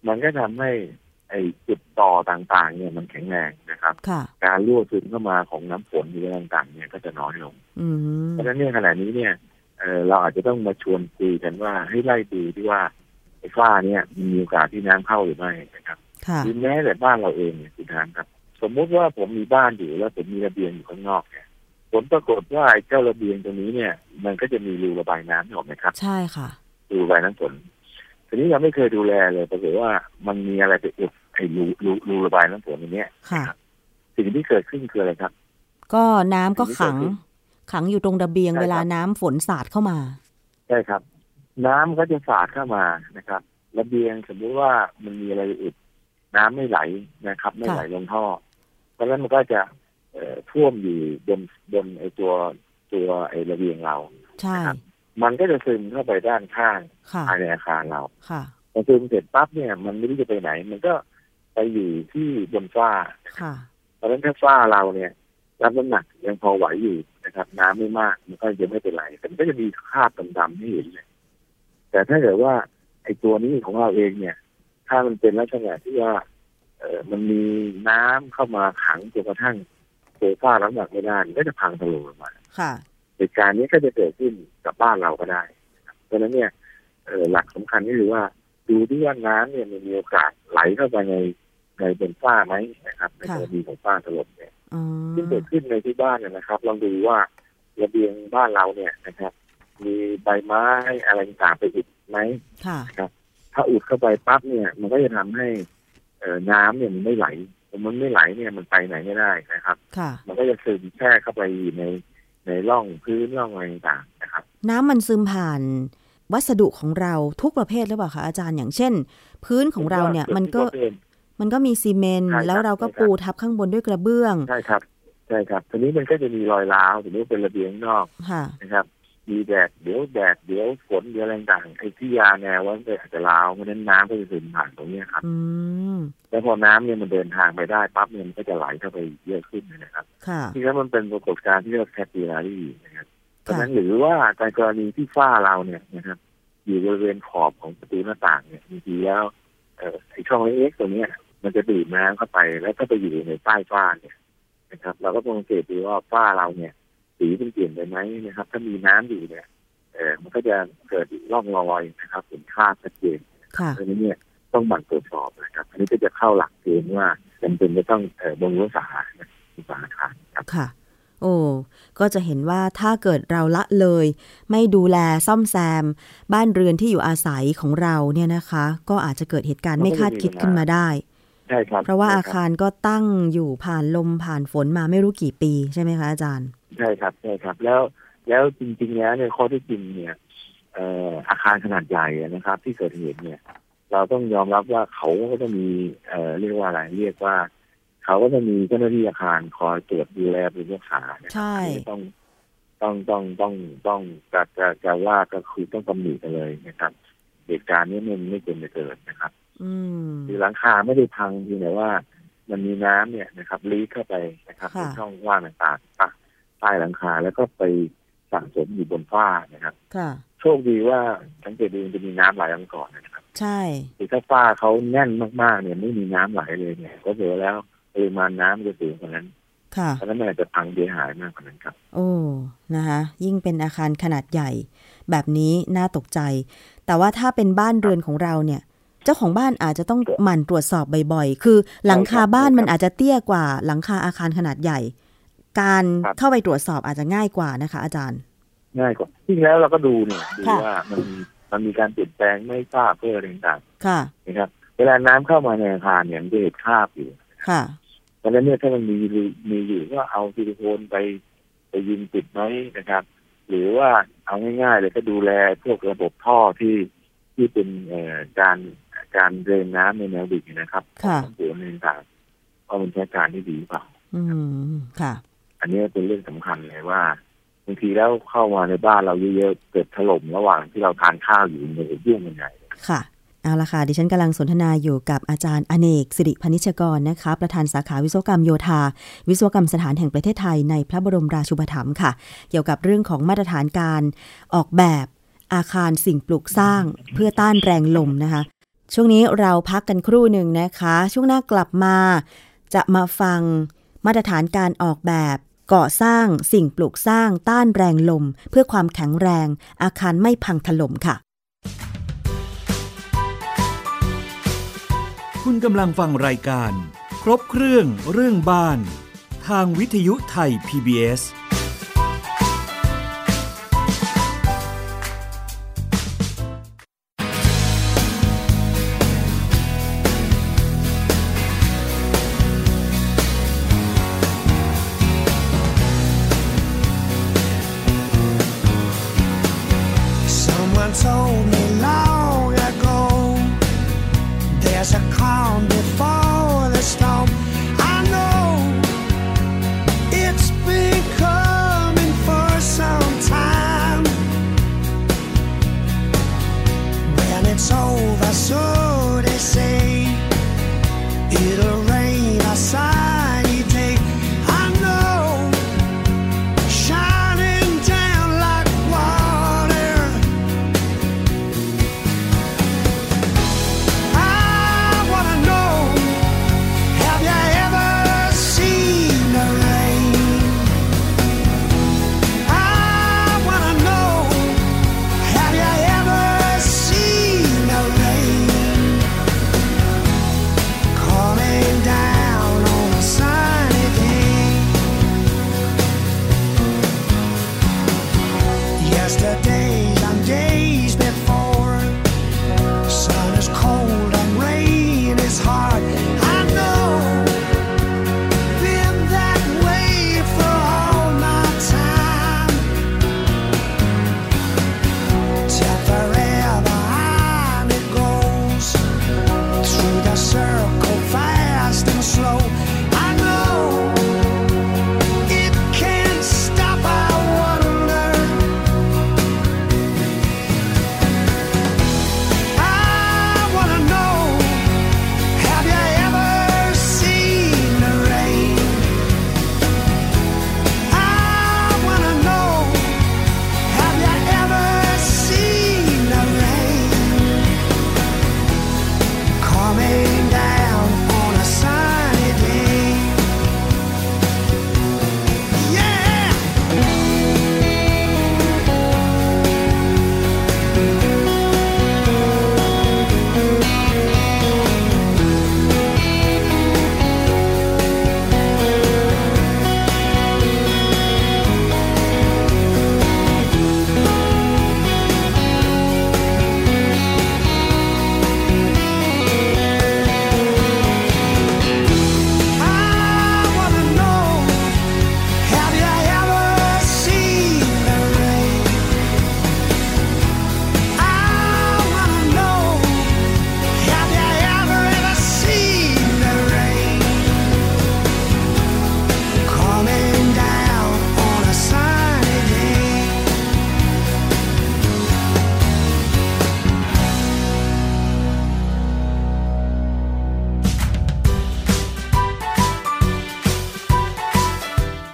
มันก็ทำให้ไอ้จุดต่อต่างๆ เนี่ยมันแข็งแรงนะครับ ค่ะ การรั่วซึมเข้ามาของน้ำฝนหรืออะไรต่างๆเนี่ยก็จะน้อยลง อืม เพราะฉะนั้นเนี่ยขณะนี้เนี่ยเอ่อเราอาจจะต้องมาชวนคุยกันว่าให้ไล่ดูที่ว่าไอ้ฝ้าเนี่ยมันมีโอกาสที่น้ำเข้าหรือไม่นะครับ ค่ะ หรือแม้แต่บ้านเราเองเนี่ยคุณทานครับ สมมุติว่าผมมีบ้านอยู่แล้วผมมีระเบียงอยู่ข้างนอกเนี่ยผลปรากฏว่าไอ้เจ้าระเบียงตรงนี้เนี่ย มันก็จะมีรูระบายน้ำถูกไหมครับ ใช่ค่ะ รูระบายน้ำฝนทีนี้เราไม่เคยดูแลเลยปรากฏว่ามันมีอะไรไปอุดไอ้รูรูรูระบายน้ำฝนตรงเนี้ย ค่ะ สิ่งที่เกิดขึ้นคืออะไรครับ ก็น้ำก็ อันนี้ ขังขัเกิดขึ้นงอยู่ตรงระเบียง ใช่ครับ เวลาน้ำฝนสาดเข้ามา ใช่ครับ น้ำก็จะสาดเข้ามานะครับระเบียงสมมุติว่ามันมีอะไรอุดน้ำไม่ไหลนะครับ ไม่ไหลลงท่อ เพราะฉะนั้นมันก็จะเอ่อท่วมอยู่บนบนไอตัวตัวไอระเบียงเรา ใช่ ครับ มันก็จะซึมเข้าไปด้านข้าง ค่ะ ภายในอาคารเรา ค่ะ พอซึมเสร็จปั๊บเนี่ย มันไม่รู้จะไปไหน มันก็ไปอยู่ที่บนฝ้า ค่ะ เพราะฉะนั้นถ้าฝ้าเราเนี่ยรับน้ำหนักยังพอไหวอยู่นะครับ น้ำไม่มากมันก็ยังไม่เป็นไรแต่มันก็จะมีคราบดำๆให้เห็นเลยแต่ถ้าเกิดว่าไอ้ตัวนี้ของเราเองเนี่ย ถ้ามันเป็นลักษณะที่ว่า เออมันมีน้ำเข้ามาขังจนกระทั่งเซฟ้ารับน้ำหนักไม่ได้มันก็จะพังถล่มลงมา ค่ะ เหตุการณ์นี้ก็จะเกิดขึ้นกับบ้านเราก็ได้นะครับเพราะฉะนั้นเนี่ยเอ่อหลักสำคัญก็คือว่า ดูที่ว่าน้ำเนี่ยมันมีโอกาสไหลเข้าไปในในบนฝ้าไหมนะครับในกรณีของฝ้าถล่มเนี่ย อ๋อ ซึ่งเกิดขึ้นในที่บ้านเนี่ยนะครับ ลองดูว่าระเบียงบ้านเราเนี่ยนะครับ มีใบไม้อะไรต่างๆไปอุดไหม ค่ะ ถ้าอุดเข้าไปปั๊บเนี่ย มันก็จะทำให้เอ่อน้ำเนี่ยมันไม่ไหลพอมันไม่ไหลเนี่ยมันไปไหนไม่ได้นะครับ ค่ะ มันก็จะซึมแช่เข้าไปในในร่องพื้นร่องอะไรต่างๆนะครับ น้ำมันซึมผ่านวัสดุของเราทุกประเภทหรือเปล่าคะอาจารย์อย่างเช่น พื้นของเราเนี่ยมันก็มันก็มีซีเมนต์ ใช่ครับ แล้วเราก็ ใช่ครับ ปูทับข้างบนด้วยกระเบื้อง ใช่ครับใช่ครับทีนี้มันก็จะมีรอยร้าวสมมติเป็นระเบียงนอก ค่ะ นะครับ มีแดดเดี๋ยวแดดเดี๋ยวฝนเดี๋ยวอะไรต่างๆไอ้ที่ยาแนวว่ามันอาจจะร้าวเพราะฉะนั้นน้ำก็จะซึมผ่านตรงเนี้ยครับ อืม แล้วพอน้ำเนี่ยมันเดินทางไปได้ปั๊บเนี่ยมันก็จะไหลเข้าไปเยอะขึ้นนะครับ ค่ะ ที่นั้นมันเป็นปรากฏการณ์ที่เรียกแคปิลารีนะครับเพ ค่ะ ราะฉะนั้นหรือว่าในกรณีที่ฝ้าเราเนี่ยนะครับ อยู่บริเวณขอบของประตูหน้าต่างเนี่ยบางทีแล้วเอ่อไอช่องเล็กๆตัวเนี้ย มันจะดูดน้ำเข้าไปแล้วก็ไปอยู่ในใต้ฝ้าเนี่ยนะครับ เราก็สังเกตดูว่าฝ้าเราเนี่ย สีมันเปลี่ยนไปไหมนะครับ ถ้ามีน้ำอยู่เนี่ยเออมันก็จะเกิดร่องรอยนะครับเห็นค่าบชัดเจน ค่ะ เพราะฉะนั้นเนี่ยต้องหมั่นตรวจสอบนะครับอันนี้ก็จะเข้าหลักเกณฑ์ว่าจำเป็นจะต้องเอ่อบำรุงรักษานะอุตสาหกรรมครับ ค่ะ โอ้ ก็จะเห็นว่าถ้าเกิดเราละเลย ไม่ดูแลซ่อมแซม บ้านเรือนที่อยู่อาศัยของเราเนี่ยนะคะ ก็อาจจะเกิดเหตุการณ์ไม่คาดคิดขึ้นมาได้ ใช่ครับ เพราะว่าอา ใช่บ คารก็ตั้งอยู่ผ่านลมผ่านฝนมาไม่รู้กี่ปีใช่ไหมคะอาจารย์ ใช่ครับใช่ครับ แล้วแล้วจริงๆแล้วเนี่ยข้อที่จริงเนี่ยเอ่ออาคารขนาดใหญ่อะนะครับ ที่เกิดเหตุเนี่ย เราต้องยอมรับว่าเขาก็จะมีเอ่อเรียกว่าอะไรเรียกว่า เขาก็จะมีเจ้าหน้าที่อาคารคอยตรวจดูแลเป็นรักษาเนี่ย ใช่ ต้องต้องต้องต้องต้องจะจะจะว่าก็คือต้องตำหนิกันเลยนะครับ เหตุการณ์เนี้มันไม่เป็นไปเกิดนะครับ อืม คือหลังคาไม่ได้พังเพียงแต่ว่า มันมีน้ำเนี่ยนะครับลีกเข้าไปนะครับ ค่ะ ในช่องว่างต่างๆใต้ใต้หลังคาแล้วก็ไปสั่งสมอยู่บนฝ้านะครับ ค่ะ โชคดีว่าสังเกตดูมันจะมีน้ำไหลลงก่อนนะครับ ใช่ คือถ้าฝ้าเขาแน่นมากๆเนี่ยไม่มีน้ำไหลเลยเนี่ย ก็เสียแล้วปริมาณน้ำมันจะสูงกว่านั้น ค่ะ เพราะฉะนั้นมันอาจจะพังเสียหายมากกว่านั้นครับ โอ้ นะคะ ยิ่งเป็นอาคารขนาดใหญ่ แบบนี้น่าตกใจ แต่ว่าถ้าเป็นบ้านเรือนของเราเนี่ย เจ้าของบ้านอาจจะต้องหมั่นตรวจสอบบ่อยๆ คือหลังคาบ้านมันอาจจะเตี้ยกว่า หลังคาอาคารขนาดใหญ่ การเข้าไปตรวจสอบอาจจะง่ายกว่านะคะ อาจารย์ ง่ายกว่าจริงแล้วเราก็ดูเนี่ยดู ค่ะ ว่ามันมันมีการเปลี่ยนแปลงไม่ทราบเพื่ออะไรต่าง ค่ะ ๆนะครับ เวลาน้ำเข้ามาในอาคารเนี่ยมันจะเห็นคราบอยู่ ค่ะ เพราะฉะนั้นเนี่ยถ้ามันมีมีอยู่ก็เอาซิลิโคนไปไปยิงติดไหมนะครับ หรือว่าเอาง่ายๆเลยก็ดูแลพวกระบบท่อที่ที่เป็นเอ่อการการเดินน้ำในแนวดิ่งนะครับ ค่ะ ของสวนต่างๆว่ามันใช้การได้ดีหรือเปล่า อืม ค่ะ อันนี้เป็นเรื่องสำคัญเลยว่าบางทีแล้วเข้ามาในบ้านเราเยอะๆเกิดถล่มระหว่างที่เราทานข้าวอยู่ในยเรื่องมันใหญ่ ค่ะ เอาละค่ะ ดิฉันกำลังสนทนาอยู่กับอาจารย์อเนกสิริพนิชกรนะคะ ประธานสาขาวิศวกรรมโยธา วิศวกรรมสถานแห่งประเทศไทยในพระบรมราชูปถัมภ์ค่ะ เกี่ยวกับเรื่องของมาตรฐานการออกแบบอาคารสิ่งปลูกสร้างเพื่อต้านแรงลมนะคะ ช่วงนี้เราพักกันครู่หนึ่งนะคะ ช่วงหน้ากลับมา จะมาฟังมาตรฐานการออกแบบก่อสร้างสิ่งปลูกสร้างต้านแรงลม เพื่อความแข็งแรง อาคารไม่พังถล่มค่ะ คุณกำลังฟังรายการ ครบเครื่องเรื่องบ้าน ทางวิทยุไทย PBS Someone told me long ago There's a calm before the storm I know it's been coming for some time When it's over so they say It'll rain a sunny day I know shining down like water. I wanna know, have you ever seen the rain? I wanna know, have you ever seen the rain coming down?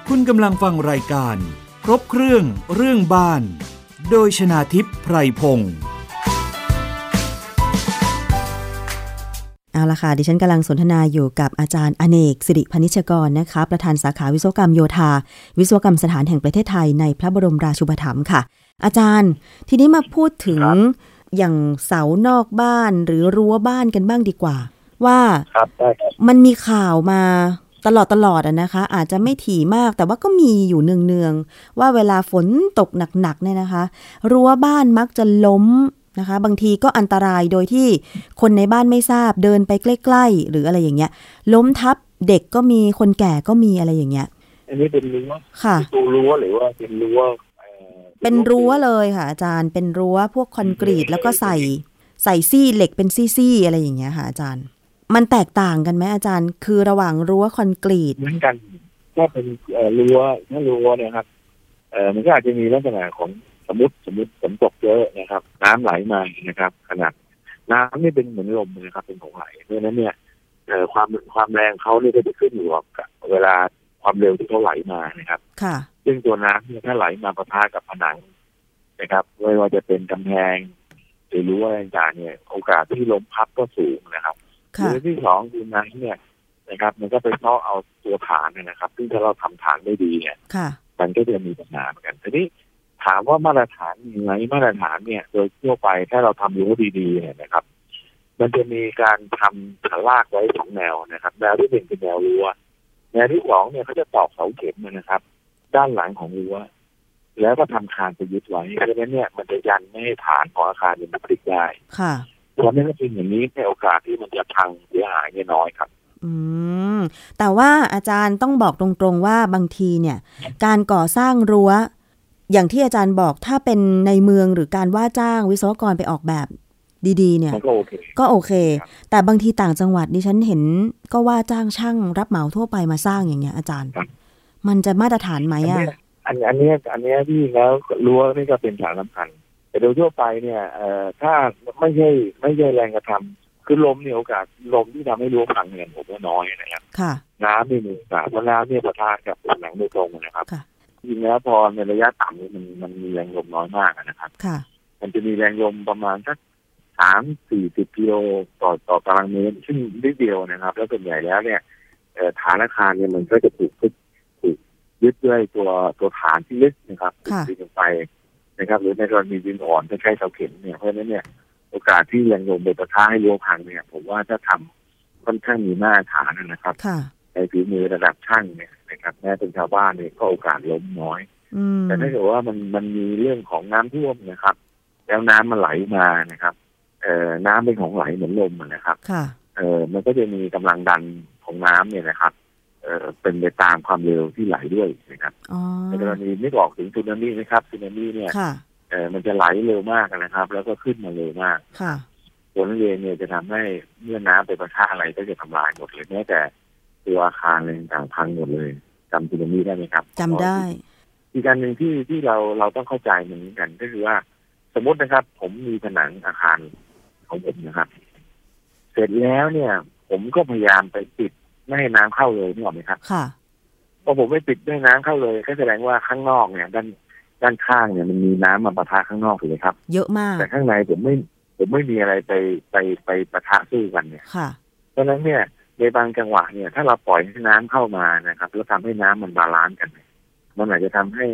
คุณกำลังฟังรายการ ครบเครื่องเรื่องบ้าน โดยชนาทิพย์ไพรพงศ์ เอาละค่ะ ดิฉันกำลังสนทนาอยู่กับอาจารย์อเนกสิริพนิชกรนะคะ ประธานสาขาวิศวกรรมโยธา วิศวกรรมสถานแห่งประเทศไทยในพระบรมราชูปถัมภ์ค่ะ อาจารย์ ทีนี้มาพูดถึง ครับ อย่างเสานอกบ้านหรือรั้วบ้านกันบ้างดีกว่า ว่า ครับได้ครับ มันมีข่าวมาตลอดตลอดอะนะคะ อาจจะไม่ถี่มากแต่ว่าก็มีอยู่เนืองๆว่าเวลาฝนตกหนักๆเนี่ยนะคะ รั้วบ้านมักจะล้มนะคะ บางทีก็อันตรายโดยที่คนในบ้านไม่ทราบเดินไปใกล้ๆ หรืออะไรอย่างเงี้ย ล้มทับเด็กก็มีคนแก่ก็มีอะไรอย่างเงี้ย อันนี้เป็นรั้ว ค่ะ ประตูรั้วหรือว่าเป็นรั้วเอ่อ เป็นรั้วเลยค่ะ อาจารย์เป็นรั้วพวกคอนกรีตแล้วก็ใส่ใส่ซี่เหล็กเป็นซี่ๆอะไรอย่างเงี้ยค่ะอาจารย์ มันแตกต่างกันไหมอาจารย์ คือระหว่างรั้วคอนกรีต เหมือนกันก็เป็นเอ่อรั้วถ้ารั้วเนี่ยครับเอ่อมันก็อาจจะมีลักษณะของสมมติสมมติฝนตกเยอะนะครับ น้ำไหลมานะครับ ขนาดน้ำนี่เป็นเหมือนลมนะครับ เป็นของไหลเพราะฉะนั้นเนี่ยเอ่อความความแรงเขาเนี่ยก็จะขึ้นอยู่กับเวลาความเร็วที่เขาไหลมานะครับ ค่ะ ซึ่งตัวน้ำเนี่ยถ้าไหลมาประทะกับผนังนะครับไม่ว่าจะเป็นกำแพง หรือรั้วอะไรต่างๆเนี่ย โอกาสที่ล้มพับก็สูงนะครับห ค่ะ รืที่สองคือน้ำเนี่ยนะครับ มันก็ไปเซาะเอาตัวฐานเนี่ยนะครับ ซึ่งถ้าเราทำฐานไม่ดีเนี่ย ค่ะ มันก็จะมีปัญหาเหมือนกันทีนี้ถามว่ามาตรฐานมีไหมมาตรฐานเนี่ย โดยทั่วไปถ้าเราทำรู้วดีๆเนี่ยนะครับ มันจะมีการทำฐานลากไว้สองแนวนะครับ แนวที่หนึ่งคือแนวรั้วแนวที่สองเนี่ยเขาจะตอกเสาเข็มนะครับ ด้านหลังของรั้วแล้วก็ทำคานไปยึดไว้เพราะฉะนั้นเนี่ยมันจะยันไม่ให้ฐานของอาคารเนี่ยมันพลิกได้ ค่ะ เพราะนั้นก็เป็นอย่างนี้ในโอกาสที่มันจะพังเสียหายเนี่ยน้อยครับ อืมแต่ว่าอาจารย์ต้องบอกตรงๆว่าบางทีเนี่ย การก่อสร้างรั้ว อย่างที่อาจารย์บอกถ้าเป็นในเมืองหรือการว่าจ้างวิศวกรไปออกแบบดีๆ เนี่ย มันก็โอเค ก็โอเค ครับ แต่บางทีต่างจังหวัดดิฉันเห็นก็ว่าจ้างช่างรับเหมาทั่วไปมาสร้างอย่างเงี้ยอาจารย์ มันจะมาตรฐานไหมอ่ะ อันอันเนี้ยอันเนี้ยพี่แล้วรั้วนี่ก็เป็นสารสำคัญ แต่โดยทั่วไปเนี่ยเอ่อถ้าไม่ใช่ไม่ใช่แรงกระทำคือลมเนี่ยโอกาสลมที่ทำให้รั้วพังเนี่ยผมว่าน้อยนะครับ ค่ะ น้ำนี่มีโอกาสเพราะน้ำเนี่ยประทานกับผนังโดยตรงนะครับ ค่ะ จริงแล้วพอในระยะต่ำเนี่ยมันมันมีแรงลมน้อยมากนะครับ ค่ะ มันจะมีแรงลมประมาณสักสามสี่สิบกิโลต่อต่อตารางเมตรซึ่งนิดเดียวนะครับ แล้วส่วนใหญ่แล้วเนี่ยเอ่อฐานอาคารเนี่ยมันก็จะถูกถูกถูกยึดด้วยตัวตัวฐานที่ลึกนะครับ ค่ะ ดินลงไปนะครับ หรือในกรณีดินอ่อนใกล้ๆเสาเข็มเนี่ยเพราะฉะนั้นเนี่ยโอกาสที่แรงลมไปประทะให้รั้วพังเนี่ยผมว่าถ้าทำค่อนข้างมีมาตรฐานนะครับ ค่ะ ในฝีมือระดับช่างเนี่ยนะครับแม้เป็นชาวบ้านเนี่ยก็โอกาสล้มน้อย อืม แต่ถ้าเกิดว่ามันมันมีเรื่องของน้ำท่วมนะครับ แล้วน้ำมันไหลมานะครับ เอ่อน้ำเป็นของไหลเหมือนลมอะนะครับ ค่ะ เอ่อมันก็จะมีกำลังดันของน้ำเนี่ยนะครับ เอ่อเป็นไปตามความเร็วที่ไหลด้วยนะครับ อ๋อ ในกรณีไม่บอกถึงสึนามินะครับสึนามิเนี่ย ค่ะ เอ่อมันจะไหลเร็วมากนะครับ แล้วก็ขึ้นมาเร็วมาก ค่ะ ผลเรียนเนี่ยจะทำให้เมื่อน้ำไปประทะอะไรก็จะทำลายหมดเลยแม้แต่ตัวอาคารอะไรต่างๆพังหมดเลยจำสึนามิได้ไหมครับ จำได้ อีกการหนึ่งที่ที่เราเราต้องเข้าใจเหมือนกันก็คือว่า สมมตินะครับ ผมมีผนังอาคารของผมนะครับ เสร็จแล้วเนี่ย ผมก็พยายามไปปิดไม่ให้น้ำเข้าเลยนี่หรอกไหมครับ ค่ะ พอผมไม่ปิดไม่ให้น้ำเข้าเลย ก็แสดงว่าข้างนอกเนี่ย ด้านด้านข้างเนี่ยมันมีน้ำมาปะทะข้างนอกถูกไหมครับ เยอะมาก แต่ข้างในผมไม่ผมไม่มีอะไรไปไปไปปะทะสู้กันเนี่ย ค่ะ เพราะฉะนั้นเนี่ยในบางจังหวะเนี่ย ถ้าเราปล่อยให้น้ำเข้ามานะครับ แล้วทำให้น้ำมันบาลานซ์กันเนี่ยมันอาจจะทำให้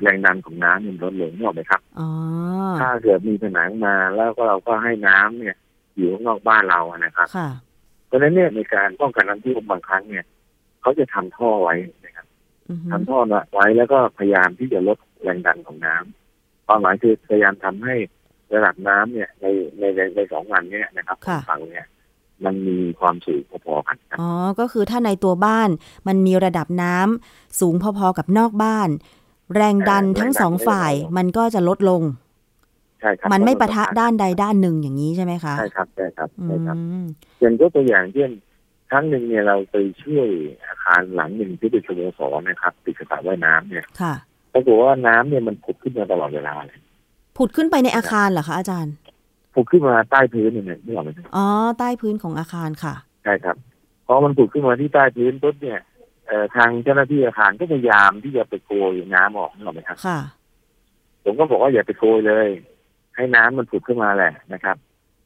แรงดันของน้ำมันลดลงนี่หรอกไหมครับ อ๋อ ถ้าเกิดมีผนังมาแล้วก็เราก็ให้น้ำเนี่ย อยู่ข้างนอกบ้านเราอะนะครับ ค่ะ เพราะฉะนั้นเนี่ยในการป้องกันน้ำท่วมบางครั้งเนี่ยเขาจะทำท่อไว้นะครับ อือฮึ ทำท่อไว้แล้วก็พยายามที่จะลดแรงดันของน้ำความหมายคือพยายามทำให้ระดับน้ำเนี่ยในในในในสองวันเนี่ยนะครับ ค่ะ ฝั่งเนี่ย มันมีความสูงพอๆกันครับ อ๋อ ก็คือถ้าในตัวบ้านมันมีระดับน้ำสูงพอๆกับนอกบ้าน แรงดันทั้งสองฝ่ายมันก็จะลดลง ใช่ครับ มันไม่ปะทะด้านใดด้านหนึ่งอย่างนี้ใช่ไหมคะ ใช่ครับใช่ครับ อื ใช่ครับ ม อย่างยกตัวอย่างเช่นครั้งหนึ่งเนี่ยเราไปช่วยอาคารหลังหนึ่งที่เป็นสโมสรนะครับติดสระว่ายน้ำเนี่ย ค่ะ ปรากฏว่าน้ำเนี่ยมันผุดขึ้นมาตลอดเวลาเลย ผุดขึ้นไปในอาคารเหรอคะอาจารย์ ผุดขึ้นมาใต้พื้นเนี่ยไม่หรอกไหมครับ อ๋อ ใต้พื้นของอาคารค่ะ ใช่ครับพอมันผุดขึ้นมาที่ใต้พื้นปุ๊บเนี่ย เอ่อทางเจ้าหน้าที่อาคารก็พยายามที่จะไปโกยน้ำออกนี่หรอกไหมครับ ค่ะ ผมก็บอกว่าอย่าไปโกยเลย ให้น้ำมันผุดขึ้นมาแหละนะครับ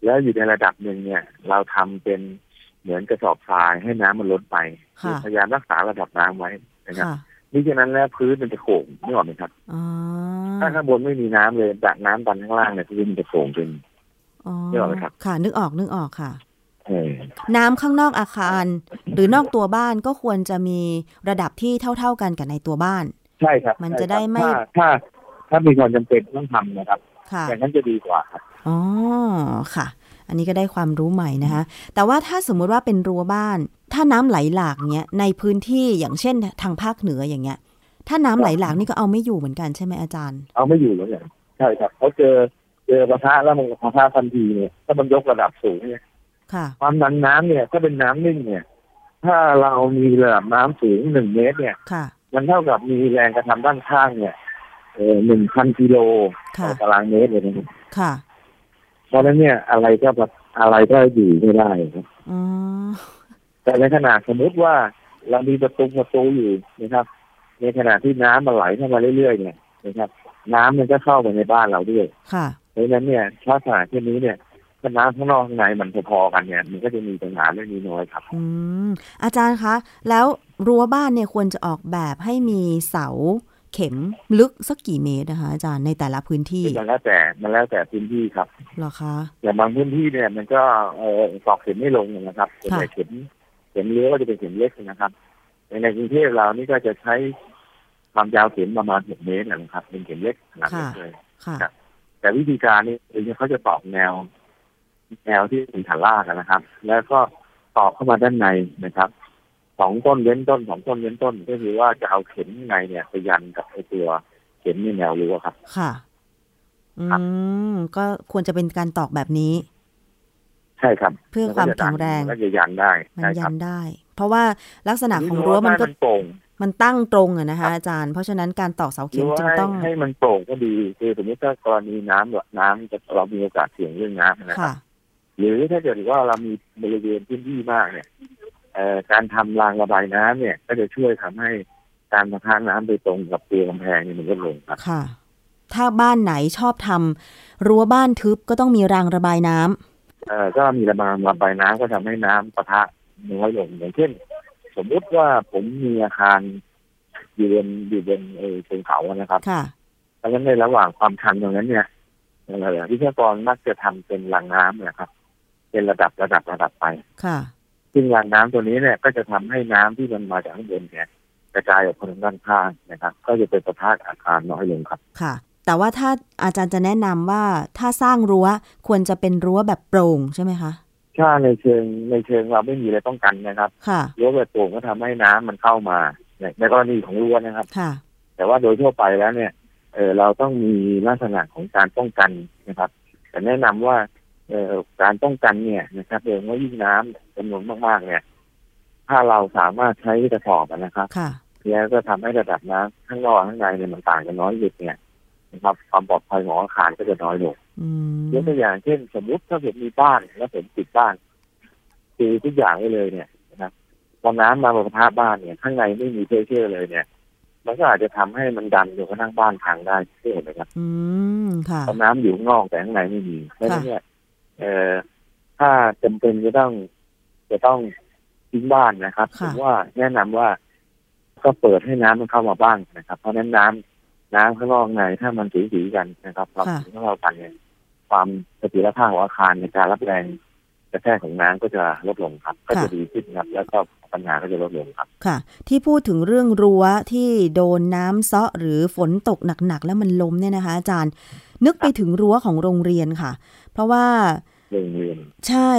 แล้วอยู่ในระดับหนึ่งเนี่ย เราทำเป็นเหมือนกระสอบทรายให้น้ำมันล้นไป ค่ะ พยายามรักษาระดับน้ำไว้นะครับ ค่ะ นี่ฉะนั้นแล้วพื้นมันจะโขงนี่หรอกไหมครับ อ๋อ ถ้าข้างบนไม่มีน้ำเลยดักน้ำดันข้างล่างเนี่ยพื้นมันจะโขงเป็น อ๋อ นึกออกไหมครับ ค่ะนึกออกนึกออกค่ะ เออ น้ำข้างนอกอาคาร หรือนอกตัวบ้านก็ควรจะมีระดับที่เท่า ๆกันกับในตัวบ้าน ใช่ครับ มันจะได้ไม่ ถ้าถ้า ถ้ามีความจำเป็นต้องทำนะครับ ค่ะ อย่างนั้นจะดีกว่าครับ อ๋อค่ะ อันนี้ก็ได้ความรู้ใหม่นะคะ แต่ว่าถ้าสมมุติว่าเป็นรั้วบ้าน ถ้าน้ำไหลหลากเนี้ยในพื้นที่อย่างเช่นทางภาคเหนืออย่างเงี้ย ถ้าน้ำไหลหลากนี่ก็เอาไม่อยู่เหมือนกันใช่ไหมอาจารย์ เอาไม่อยู่แล้วอย่างใช่ครับเขาเจอเจอปะทะแล้วมันปะทะทันทีเนี่ยถ้ามันยกระดับสูงเนี่ย ค่ะ ความดันน้ำเนี่ยถ้าเป็นน้ำนิ่งเนี่ย ถ้าเรามีระดับน้ำสูงหนึ่งเมตรเนี่ย ค่ะ มันเท่ากับมีแรงกระทำด้านข้างเนี่ยเออหนึ่งพันกิโลต่ ค่ะ อตารางเมตรเลยนะครับ ค่ะ เพราะฉะนั้นเนี่ยอะไรก็แบบอะไรก็อยู่ไม่ได้ครับ อ๋อ แต่ในขณะสมมติว่าเรามีประตูประตูอยู่นะครับ ในขณะที่น้ำมันไหลเข้ามาเรื่อยๆเนี่ยนะครับ น้ำมันก็เข้าไปในบ้านเราด้วย ค่ะ เพราะฉะนั้นเนี่ยลักษณะเช่นนี้เนี่ยถ้าน้ำข้างนอกข้างในมันพอๆกันเนี่ย มันก็จะมีปัญหาเรื่องนี้น้อยครับ อืม อาจารย์คะ แล้วรั้วบ้านเนี่ยควรจะออกแบบให้มีเสาเข็มลึกสักกี่เมตรนะคะอาจารย์ในแต่ละพื้นที่ มันแล้วแต่มันแล้วแต่พื้นที่ครับ เหรอคะ แต่บางพื้นที่เนี่ยมันก็เออตอกเข็มไม่ลงนะครับส่วนใหญ่เข็มเข็มเลี้ยวก็จะเป็นเข็มเล็กนะครับแต่ในกรุงเทพเรานี่ก็จะใช้ความยาวเข็มประมาณหกเมตรนะครับ เป็นเข็มเล็กขนาดเล็ก ค่ะ เลย ค่ะ ครับ แต่วิธีการนี่คือเขาจะตอกแนว แนวที่เป็นฐานรากอะนะครับ แล้วก็ตอกเข้ามาด้านในนะครับสองต้นเว้นต้นสองต้นเว้นต้น ก็คือว่าจะเอาเข็มข้างในเนี่ยไปยันกับไอตัวเข็มในแนวรั้วครับ ค่ะ อื ครับ ม ก็ควรจะเป็นการตอกแบบนี้ ใช่ครับ เพื่อความแข็งแรง ก็จะยันได้ มัน ใช่ค ยั รับ นได้ เพราะว่าลักษณะของรั้วมันก็ โปร่ง มันตั้งตรงอะนะ ครั คะ บ อาจารย์ เพราะฉะนั้นการตอกเสาเข็ม รั้ว จึง ให้ ต้อง ให้มันโปร่งก็ดีคือสมมติถ้ากรณีน้ำหรือน้ำจะเรามีโอกาสเสี่ยงเรื่องน้ำนะครับ ค่ะ หรือถ้าเกิดว่าเรามีบริเวณพื้นที่มากเนี่ยเอ่อการทำรางระบายน้ำเนี่ย ก็จะช่วยทำให้การประทานน้ำไปตรงกับตัวกำแพงเนี่ยมันลดลงครับ ค่ะ ถ้าบ้านไหนชอบทำรั้วบ้านทึบก็ต้องมีรางระบายน้ำ เอ่อก็มีระบายระบายน้ำก็ทำให้น้ำประทะน้อยลงอย่างเช่น สมมุติว่าผมมีอาคารอยู่บนอยู่บนเอ่อเชิงเขาอะนะครับ ค่ะ เพราะฉะนั้นในระหว่างความชันตรงนั้นเนี่ยเอ่อวิทยากรมักจะทำเป็นรางน้ำนะครับ เป็นระดับระดับระดับไป ค่ะ ซึ่งรางน้ำตัวนี้เนี่ยก็จะทำให้น้ำที่มันมาจากข้างบนเนี่ยกระจายออกไปทางด้านข้างนะครับ ก็จะเป็นประทะกับอาคารน้อยลงครับ ค่ะ แต่ว่าถ้าอาจารย์จะแนะนำว่าถ้าสร้างรั้วควรจะเป็นรั้วแบบโปร่งใช่ไหมคะ ถ้าในเชิงในเชิงเราไม่มีอะไรป้องกันนะครับ ค่ะ รั้วแบบโปร่งก็ทำให้น้ำมันเข้ามาในในกรณีของรั้วนะครับ ค่ะ แต่ว่าโดยทั่วไปแล้วเนี่ยเออเราต้องมีลักษณะของการป้องกันนะครับ แต่แนะนำว่าเออการป้องกันเนี่ยนะครับเองว่ายิ่งน้ำจำนวนมากๆเนี่ย ถ้าเราสามารถใช้กระสอบอะนะครับ ค่ะ แล้วก็ทำให้ระดับน้ำข้างนอกข้างในเนี่ยมันต่างกันน้อยหยุดเนี่ยนะครับความปลอดภัยของอาคารก็จะน้อยลง อืม ยกตัวอย่างเช่น สมมติถ้าผมมีบ้านแล้วผมติดบ้านตีทุกอย่างไว้เลยเนี่ยนะครับพอน้ำมาบนกระทะบ้านเนี่ยข้างในไม่มีเชื้อเชื่อเลยเนี่ย มันก็อาจจะทำให้มันดันอยู่กระทั่งบ้านพังได้เชื่อไหมครับ อืม ค่ะ เพราะน้ำอยู่ข้างนอกแต่ข้างในไม่มีเพราะฉะนั้นเนี่ยเอ่อถ้าจำเป็นจะต้องจะต้องทิ้งบ้านนะครับผ ค่ะ มว่าแนะนำว่า ก็เปิดให้น้ำมันเข้ามาบ้างนะครับ เพราะฉะนั้นน้ำน้ำข้างนอกในถ้ามันสีๆกันนะครับเรา ค่ะ ถึงเรากันเนี่ยความเสถียรภาพของอาคารในการรับแรงกระแทกของน้ำก็จะลดลงครับ ก็จะดีขึ้นครับ แล้วก็ปัญหาก็จะลดลงครับ ค่ะ ที่พูดถึงเรื่องรั้วที่โดนน้ำเซาะหรือฝนตกหนักๆแล้วมันล้มเนี่ยนะคะ อาจารย์ นึกไปถึงรั้วของโรงเรียนค่ะ เพราะว่า เรื่องเรียน ใช่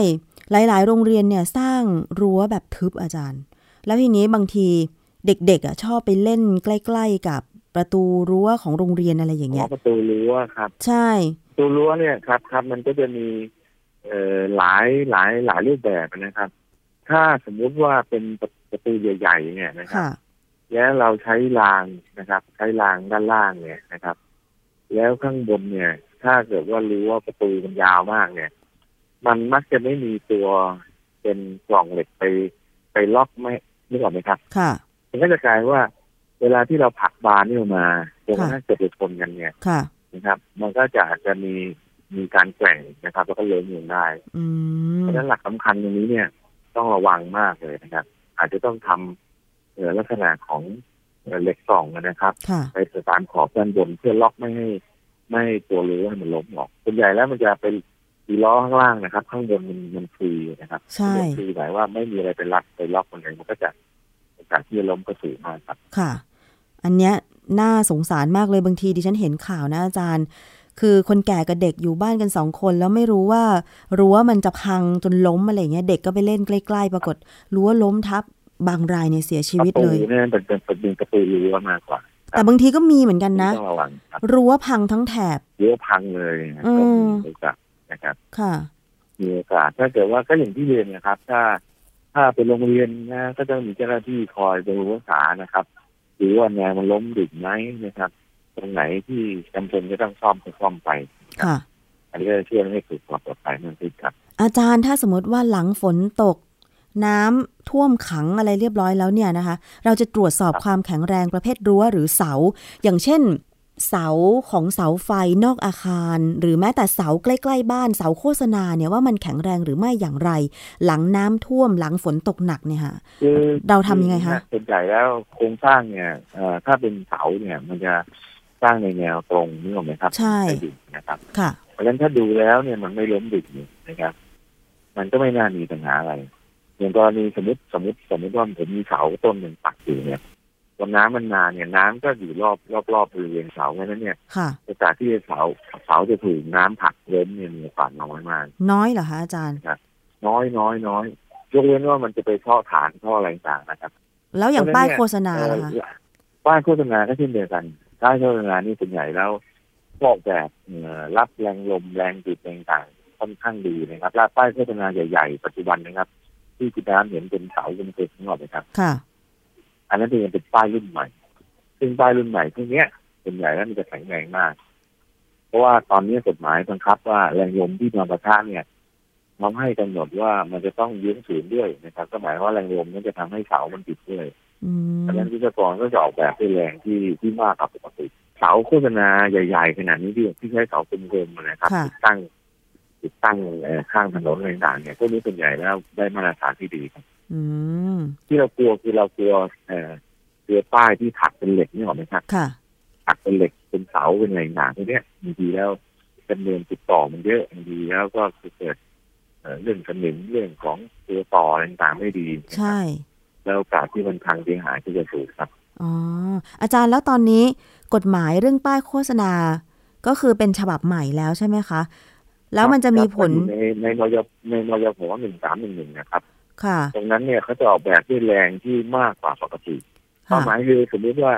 หลาย ๆ โรงเรียนเนี่ยสร้างรั้วแบบทึบอาจารย์ แล้วทีนี้บางทีเด็กๆอ่ะชอบไปเล่นใกล้ ๆ กับประตูรั้วของโรงเรียนอะไรอย่าง เพ เงี้ย ราะประตูรั้วครับ ใช่ ประตูรั้วเนี่ยครับครับ มันก็จะมีเอ่อหลายหลายหลายรูปแบบนะครับ ถ้าสมมุติว่าเป็นประประตูใหญ่ๆเนี่ยนะครับ ค่ะ แล้วเราใช้รางนะครับ ใช้รางด้านล่างเนี่ยนะครับ แล้วข้างบนเนี่ย ถ้าเกิดว่ารู้ว่าประตูมันยาวมากเนี่ย มันมักจะไม่มีตัวเป็นกล่องเหล็กไปไปล็อกไม่นึกออกไหมครับ ค่ะ ไป มันก็จะกลายว่า เวลาที่เราผลักบานนี่ออกมาจนกระทั่งเกิดเหตุชนกันเนี่ย ค่ะ นะครับ มันก็จะอาจจะมีมีการแกว่งนะครับ แล้วก็เล้มลงได้ อืม เพราะฉะนั้นหลักสำคัญตรงนี้เนี่ยต้องระวังมากเลยนะครับ อาจจะต้องทำเอ่อลักษณะของเอ่อเหล็กกล่องนะครับ ค่ะ ไปสตานขอบด้านบนเพื่อล็อกไม่ให้ ไม่ให้ตัวเรือมันล้มออกส่วนใหญ่แล้วมันจะเป็นสีล้อข้างล่างนะครับ ข้างบนมันมันฟรีนะครับ ใช่ มันฟรีหมายว่าไม่มีอะไรไปรัดไปล็อกมันเลยมันก็จะโอกาสที่จะล้มก็สูงมากครับ ค่ะ อันเนี้ยน่าสงสารมากเลยบางทีดิฉันเห็นข่าวนะอาจารย์ คือคนแก่กับเด็กอยู่บ้านกันสองคน แล้วไม่รู้ว่ารั้วมันจะพังจนล้มอะไรเงี้ยเด็กก็ไปเล่นใกล้ ๆ ปรากฏรั้วล้มทับบางรายเนี่ยเสียชี ป วิต ระตู เลย เนี่ยเป็นเป็นเป็นประตูรั้วมากกว่า แต่บางทีก็มีเหมือนกันนะ ต้องระวังครับ รั้วพังทั้งแถบ เยอะพังเลยนะครับ อืม มีโอกาสนะครับ ค่ะ มีโอกาสถ้าเกิดว่าก็อย่างที่เรียนนะครับ ถ้าถ้าเป็นโรงเรียนนะก็จะมีเจ้าหน้าที่คอยดูรักษานะครับหรือว่าแนวมันล้มดิ่งไหมนะครับ ตรงไหนที่จำเป็นจะต้องซ่อมก็ซ่อมไป ค่ะ อันนี้ก็จะช่วยให้เกิดความปลอดภัยมากขึ้นครับ อาจารย์ถ้าสมมติว่าหลังฝนตก น้ำท่วมขังอะไรเรียบร้อยแล้วเนี่ยนะคะ เราจะตรวจสอบความแข็งแรงประเภทรั้วหรือเสา อย่างเช่น เสาของเสาไฟนอกอาคาร หรือแม้แต่เสาใกล้ๆบ้านเสาโฆษณาเนี่ยว่ามันแข็งแรงหรือไม่อย่างไร หลังน้ำท่วมหลังฝนตกหนักเนี่ยค่ะ คือ เราทำยังไงคะ ส่วนใหญ่แล้วโครงสร้างเนี่ยเอ่อถ้าเป็นเสาเนี่ย มันจะสร้างในแนวตรงนี่หรอกไหมครับ ใช่ ไม่ดิ่งนะครับ ค่ะ เพราะฉะนั้นถ้าดูแล้วเนี่ยมันไม่ล้มดึกเนี่ยนะครับ มันก็ไม่น่ามีปัญหาอะไร อย่างกรณีสมมติสมมติสมมติว่าผมมีเสาต้นหนึ่งปักอยู่เนี่ยพอน้ำมันมาเนี่ยน้ำก็อยู่รอบรอบรอบบริเวณเสาเพราะฉะนั้นเนี่ย ค่ะ โอกาสที่เสาเสาจะถูกน้ำผลักล้มเนี่ยมีโอกาสน้อยมาก น้อยเหรอคะอาจารย์ น้อยน้อยน้อยยกเว้นว่ามันจะไปท่อฐานท่ออะไรต่างๆนะครับ แล้วอย่างป้ายโฆษณา เอ่ ล่ะคะ อป้ายโฆษณาก็เช่นเดียวกันป้ายโฆษณานี่ส่วนใหญ่แล้วพวกแบบเอ่อรับแรงลมแรงดิดแรงต่างๆค่อนข้างดีนะครับและป้ายโฆษณาใหญ่ๆ ปัจจุบันนะครับ ที่คุณน้ำเห็นเป็นเสาเป็นเกล็ดงอกนะครับ ค่ะ อันนั้นเป็นเป็นป้ายรุ่นใหม่ ซึ่งป้ายรุ่นใหม่พวกเนี้ยส่วนใหญ่แล้วมันจะแข็งแรงมาก เพราะว่าตอนนี้กฎหมายบังคับว่าแรงลมที่มาประทะเนี่ยมันให้กำหนดว่ามันจะต้องยืนสูงด้วยนะครับ ก็หมายความว่าแรงลมนั้นจะทำให้เสามันติดด้วย อืม ดังนั้นวิศวกรก็จะออกแบบด้วยแรงที่ที่มากกว่าปกติเสาโฆษณาใหญ่ ๆ ขนาดนี้ที่ที่ใช้เสากลมๆนะครับ ค่ะ ติดตั้งติดตั้งเอ่อข้างถนนอะไรต่างๆเนี่ยพวกนี้ส่วนใหญ่แล้วได้มาตรฐานที่ดีครับ อืม ที่เรากลัวคือเรากลัวเอ่อเรือป้ายที่ถักเป็นเหล็กนี่หรอกไหมครับ ค่ะ ถักเป็นเหล็กเป็นเสาเป็นอะไรต่างๆพวกเนี้ยบางทีแล้วจำนวนติดต่อมันเยอะบางทีแล้วก็เกิดเอ่อเรื่องสนิมเรื่องของตัวต่ออะไรต่างๆไม่ดีนะครับ ใช่ แล้วโอกาสที่มันพังเสียหายก็จะสูงครับ อ๋ออาจารย์แล้วตอนนี้กฎหมายเรื่องป้ายโฆษณา ก็คือเป็นฉบับใหม่แล้วใช่ไหมคะ แล้วมันจะมีผล ครับในในมยในมยผมว่าหนึ่งสามหนึ่งหนึ่งนะครับ ค่ะ ตรงนั้นเนี่ยเขาจะออกแบบด้วยแรงที่มากกว่าปกติเป้า ค่ะ หมายคือสมมติว่า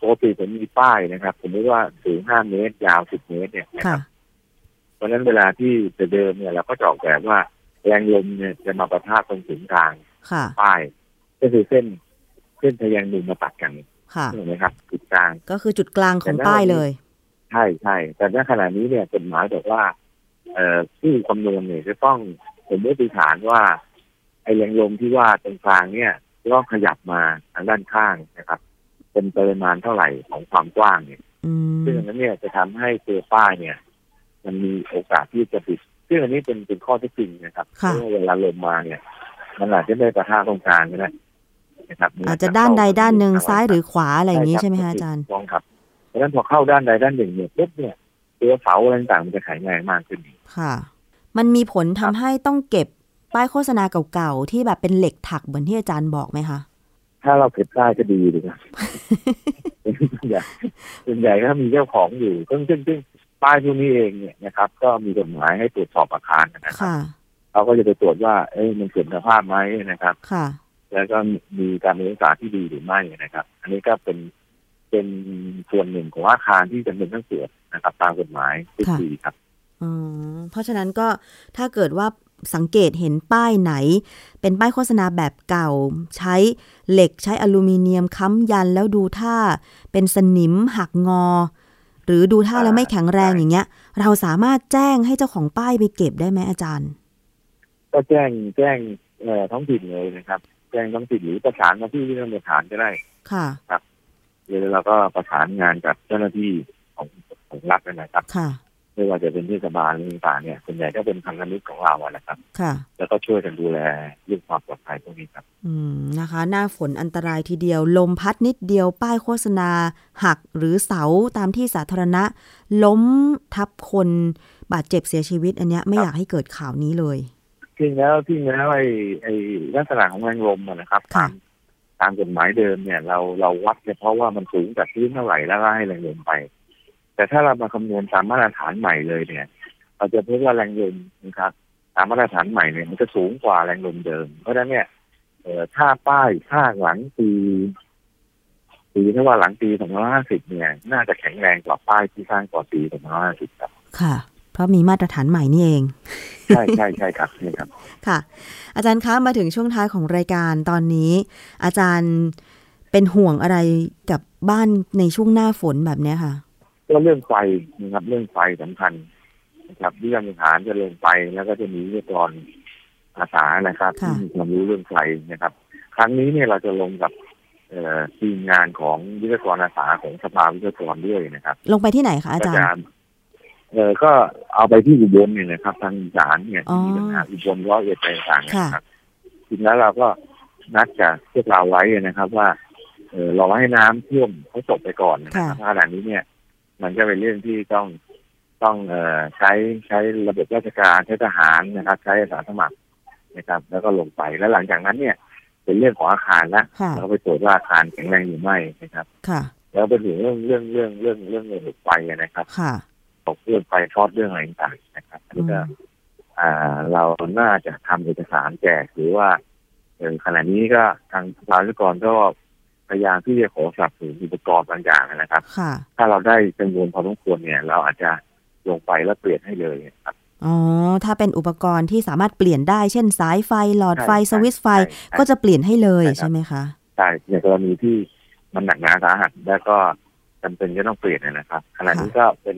ปกติผมมีป้ายนะครับ สมมติว่าสูงห้าเมตร ยาวสิบเมตรเนี่ยนะค ค่ะ รับเพราะฉะนั้นเวลาที่แต่เดิมเนี่ยเราก็จะออกแบบว่าแรงลมเนี่ยจะมาประทะตรงศูนย์กลาง ค่ะ ป้าย ก็คือเส้น เส้นทะแยงมุมมาตัดกัน ค่ะ ถูกไหมครับจุดกลาง ก็คือจุดกลางของป้ายเลย ใช่ใช่แต่ณขณะนี้เนี่ยกฎหมายบอกว่า เอ่อผู้คำนวณเนี่ยจะต้องสมมติฐานว่าไอ้แรงลมที่ว่าตรงกลางเนี่ยจะต้องขยับมาทางด้านข้างนะครับ เป็นปริมาณเท่าไหร่ของความกว้างเนี่ย อืม ซึ่งอันนั้นเนี่ยจะทำให้ตัวป้ายเนี่ย มันมีโอกาสที่จะติดซึ่งอันนี้เป็นเป็นข้อเที่จริงนะครับเพราะว่าเวลาลมมาเนี่ย มันอาจจะไม่ประท่าตรงกลางก็ได้นะครับ อาจจะด้านใดด้านหนึ่ง เอไว้ ซ้ายหรือขวาอะไรอย่างนี้ใช่ไหมคะอาจารย์ ถูกต้องครับ เพราะฉะนั้นพอเข้าด้านใดด้านหนึ่งเนี่ยปุ๊บเนี่ยตัวเสาอะไรต่างๆมันจะแข็งแรงมากขึ้น ค่ะ มันมีผลทำให้ต้องเก็บป้ายโฆษณาเก่าๆที่แบบเป็นเหล็กถักเหมือนที่อาจารย์บอกไหมคะ ถ้าเราเก็บได้ก็ดีเลยนะ ส่วนใหญ่ *laughs* ส่วนใหญ่ถ้ามีเจ้าของอยู่ซึ่งซึ่งซึ่งป้ายพวกนี้เองเนี่ยนะครับ ก็มีกฎหมายให้ตรวจสอบอาคารนะครับ ค่ะ เขาก็จะไปตรวจว่า เอ้ยมันเสื่อมสภาพไหมนะครับ ค่ะ แล้วก็มีการบริการที่ดีหรือไม่นะครับ อันนี้ก็เป็นเป็นส่วนหนึ่งของอาคารที่จำเป็นต้องตรวจนะครับ ตามกฎหมายทุก ค่ะ ปีครับ อ๋อเพราะฉะนั้นก็ถ้าเกิดว่าสังเกตเห็นป้ายไหน เป็นป้ายโฆษณาแบบเก่า ใช้เหล็กใช้อลูมิเนียมค้ำยันแล้วดูท่าเป็นสนิมหักงอ หรือดูท่าแล้วไม่แข็งแรงอย่างเงี้ย เราสามารถแจ้งให้เจ้าของป้ายไปเก็บได้ไหมอาจารย์ ก็แจ้งแจ้งเอ่อท้องถิ่นเลยนะครับ แจ้งท้องถิ่นหรือประสานมาที่ที่ทำสถานก็ได้ ค่ะ เดี๋ยวเราก็ประสานงานกับเจ้าหน้าที่ของของรัฐนะครับ ค่ะ ไม่ว่าจะเป็นเทศบาลหรือต่างๆเนี่ยส่วนใหญ่ก็เป็นพันธมิตรของเราอะนะครับ ค่ะ แล้วก็ช่วยกันดูแลเรื่องความปลอดภัยพวกนี้ครับ อืมนะคะ หน้าฝนอันตรายทีเดียว ลมพัดนิดเดียว ป้ายโฆษณา หักหรือเสาตามที่สาธารณะ ล้มทับคนบาดเจ็บเสียชีวิต อันเนี้ยไม่ ครับ อยากให้เกิดข่าวนี้เลย จริงแล้วจริงแล้วไอ้ไอ้ลักษณะของแรงลมอะนะครับ ค่ะ ตามตามกฎหมายเดิมเนี่ย เราเราวัดเฉพาะว่ามันสูงจากพื้นเท่าไหร่แล้วก็ให้แรงลมไป แต่ถ้าเรามาคำนวณตามมาตรฐานใหม่เลยเนี่ย เราจะพบว่าแรงลมนะครับ ตามมาตรฐานใหม่เนี่ยมันจะสูงกว่าแรงลมเดิม เพราะฉะนั้นเนี่ยเอ่อถ้าป้ายข้างหลังปีปีถ้าว่าหลังปี2550เนี่ย น่าจะแข็งแรงกว่าป้ายที่สร้างก่อนปี2550ครับ ค่ะ เพราะมีมาตรฐานใหม่นี่เอง ใช่ใช่ใช่ครับนี่ครับ ค่ะ อาจารย์คะมาถึงช่วงท้ายของรายการตอนนี้ อาจารย์เป็นห่วงอะไรกับบ้านในช่วงหน้าฝนแบบเนี้ยค่ะ ก็เรื่องไฟนะครับเรื่องไฟสำคัญนะครับที่ยังหารจะลงไปแล้วก็จะมีวิทยากรอาสานะครับ ค่ะ ที่มีความรู้เรื่องไฟนะครับ ครั้งนี้เนี่ยเราจะลงกับเอ่อทีมงานของวิทยากรอาสาของสภาวิทยากรด้วยนะครับ ลงไปที่ไหนคะอาจารย์ เอ่อก็เอาไปที่อุบลเนี่ยนะครับ ทางอีสานเนี่ย อ๋อ มีปัญหาอุบลร้อยเอ็ดอะไรต่างๆ ค่ะ นะครับทีนั้นเราก็นัดกับพวกเราไว้นะครับ ว่าเออรอให้น้ำท่วมเขาจบไปก่อนนะครับ ค่ะ ถ้าขณะนี้เนี่ย มันก็เป็นเรื่องที่ต้องต้องเอ่อใช้ใช้ระบบราชการใช้ทหารนะครับ ใช้อาสาสมัครนะครับ แล้วก็ลงไปแล้วหลังจากนั้นเนี่ย เป็นเรื่องของอาคารละ ค่ะ เราก็ไปตรวจว่าอาคารแข็งแรงหรือไม่นะครับ ค่ะ แล้วเป็นถึงเรื่องเรื่องเรื่องเรื่องเรื่องเรื่องระบบไฟนะครับ ค่ะ ตกเรื่องไฟทอดเรื่องอะไรต่างๆนะครับอันนี้ก็ อืม อ่า เราน่าจะทำเอกสารแจกหรือว่าเออขณะนี้ก็ทางสภาวิศวกรก็พยายามที่จะขอสนับสนุนอุปกรณ์บางอย่างนะครับ ค่ะ ถ้าเราได้จำนวนพอสมควรเนี่ย เราอาจจะลงไปแล้วเปลี่ยนให้เลยครับ อ๋อ ถ้าเป็นอุปกรณ์ที่สามารถเปลี่ยนได้ เช่น สายไฟ หลอดไฟ ใช่ สวิตช์ไฟ ใช่ใช่ ก็จะเปลี่ยนให้เลย ใช่ครับ ใช่ไหมคะ ใช่ในกรณีที่มันหนักหนาสาหัสแล้วก็จำเป็นจะต้องเปลี่ยนเนี่ยนะครับขณะนี้ก็เป็น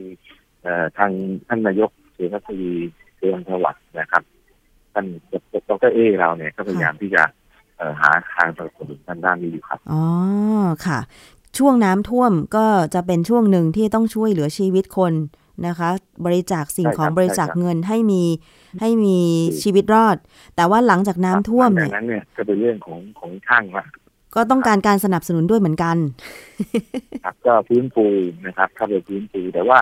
เอ่อทางท่านนายกเสนาธิีเรืองสวัสดิ์นะครับท่านดรเอเราเนี่ยก็พยายามที่จะเอ่อหาทางสนับสนุนทางด้านนี้อยู่ครับ อ๋อ ค่ะ ช่วงน้ำท่วมก็จะเป็นช่วงหนึ่งที่ต้องช่วยเหลือชีวิตคนนะคะ บริจาคสิ่งของ ใช่ครับ บริจาค ใช่ครับ เงินให้มีให้มี ถูก ชีวิตรอด แต่ว่าหลังจากน้ำท่วม หลั เนี่ยงจากนั้นเนี่ยก็เป็นเรื่องของของช่างละ ก็ต้องการการสนับสนุนด้วยเหมือนกัน ครับ ก็ฟื้นฟูนะครับเข้าไปฟื้นฟูแต่ว่า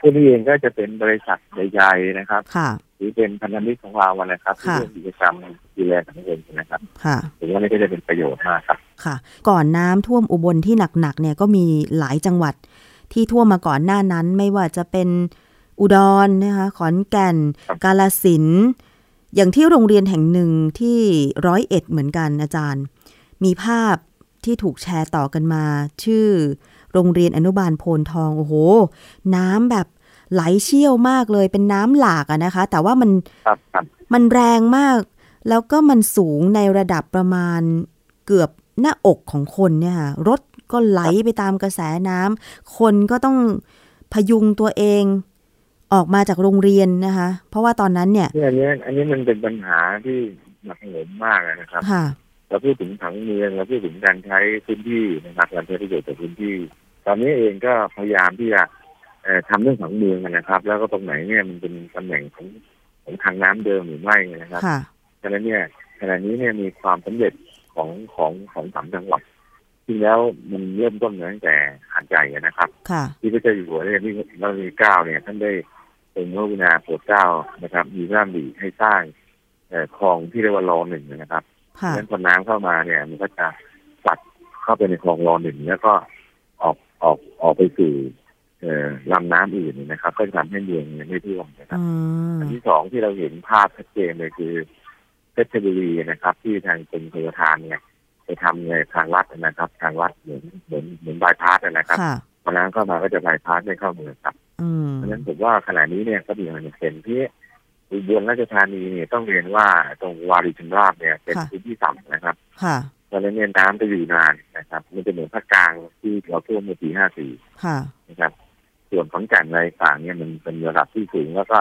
พวกนี้เองก็จะเป็นบริษัทใหญ่ๆนะครับ ค่ะ หรือเป็นพันธมิตรของเราอะนะครับที่ ค่ะ ร่วมกิจกรรมดูแลสังคมนะครับ ค่ะ ผมว่านี่ก็จะเป็นประโยชน์มากครับ ค่ะ ก่อนน้ำท่วมอุบลที่หนักๆเนี่ยก็มีหลายจังหวัดที่ท่วมมาก่อนหน้านั้น ไม่ว่าจะเป็นอุดรนะคะขอนแก่น ครับ กาลสินธุ์อย่างที่โรงเรียนแห่งหนึ่งที่ร้อยเอ็ดเหมือนกันอาจารย์ มีภาพที่ถูกแชร์ต่อกันมา ชื่อ โรงเรียนอนุบาลโพนทองโอ้โห น้ำแบบไหลเชี่ยวมากเลยเป็นน้ำหลากอะนะคะ แต่ว่ามัน ครับครับ มันแรงมาก แล้วก็มันสูงในระดับประมาณเกือบหน้าอกของคนเนี่ยค่ะรถก็ไหลไปตามกระแสน้ำ คนก็ต้องพยุงตัวเองออกมาจากโรงเรียนนะคะ เพราะว่าตอนนั้นเนี่ย เนี่ยอันนี้อันนี้มันเป็นปัญหาที่หนักหน่วงมากอะนะครับ ค่ะ เราพูดถึงผังเมืองเราพูดถึงการใช้พื้นที่นะครับการใช้ประโยชน์จากพื้นที่ ตอนนี้เองก็พยายามที่จะเอ่อทำเรื่องผังเมืองอะนะครับ แล้วก็ตรงไหนเนี่ยมันเป็นตำแหน่งของของทางน้ำเดิมหรือไม่นะครับ ค่ะ ฉะนั้นเนี่ยขณะนี้เนี่ยมีความสำเร็จของของของสามจังหวัดจริงแล้วมันเริ่มต้นมาตั้งแต่หาดใหญ่อะนะครับ ค่ะ ที่พระเจ้าอยู่หัวเนี่ยที่รัชกาลที่เก้าเนี่ยท่านได้ทรงพระกรุณาโปรดเกล้านะครับ มีพระราชดำริให้สร้างเอ่อคลองที่เรียกว่ารอหนึ่งนะครับเพ ค่ะ ราะฉะนั้นพอน้ำเข้ามาเนี่ย มันก็จะปัดเข้าไปในคลองรอหนึ่งแล้วก็ออกออกออกไปสู่เอ่อลำน้ำอื่นนะครับ ก็จะทำให้เมืองเนี่ยไม่ท่วมนะครับ อืม อันที่สองที่เราเห็นภาพชัดเจนเลยคือเพชรบุรีนะครับ ที่ทางกรมชลประทานเนี่ยไปทำในทางรัฐนะครับ ทางรัฐเหมือนเหมือนเหมือนบายพาสนะครับ ค่ะ พอน้ำเข้ามาก็จะบายพาสไม่เข้าเมืองครับ อืม เพราะฉะนั้นผมว่าขณะนี้เนี่ยก็มีความจำเป็นที่อุบลราชธานีเนี่ยต้องเรียนว่าตรงวาริชนราบเนี่ยเป็น ค่ะ พื้นที่ต่ำนะครับ ค่ะ เพราะฉะนั้นเนี่ยน้ำจะอยู่นานนะครับ มันจะเหมือนภาคกลางที่เราท่วมเมื่อปีห้าสี่ ค่ะ นะครับส่วนของแก่นอะไรต่างเนี่ยมันเป็นระดับที่สูงแล้วก็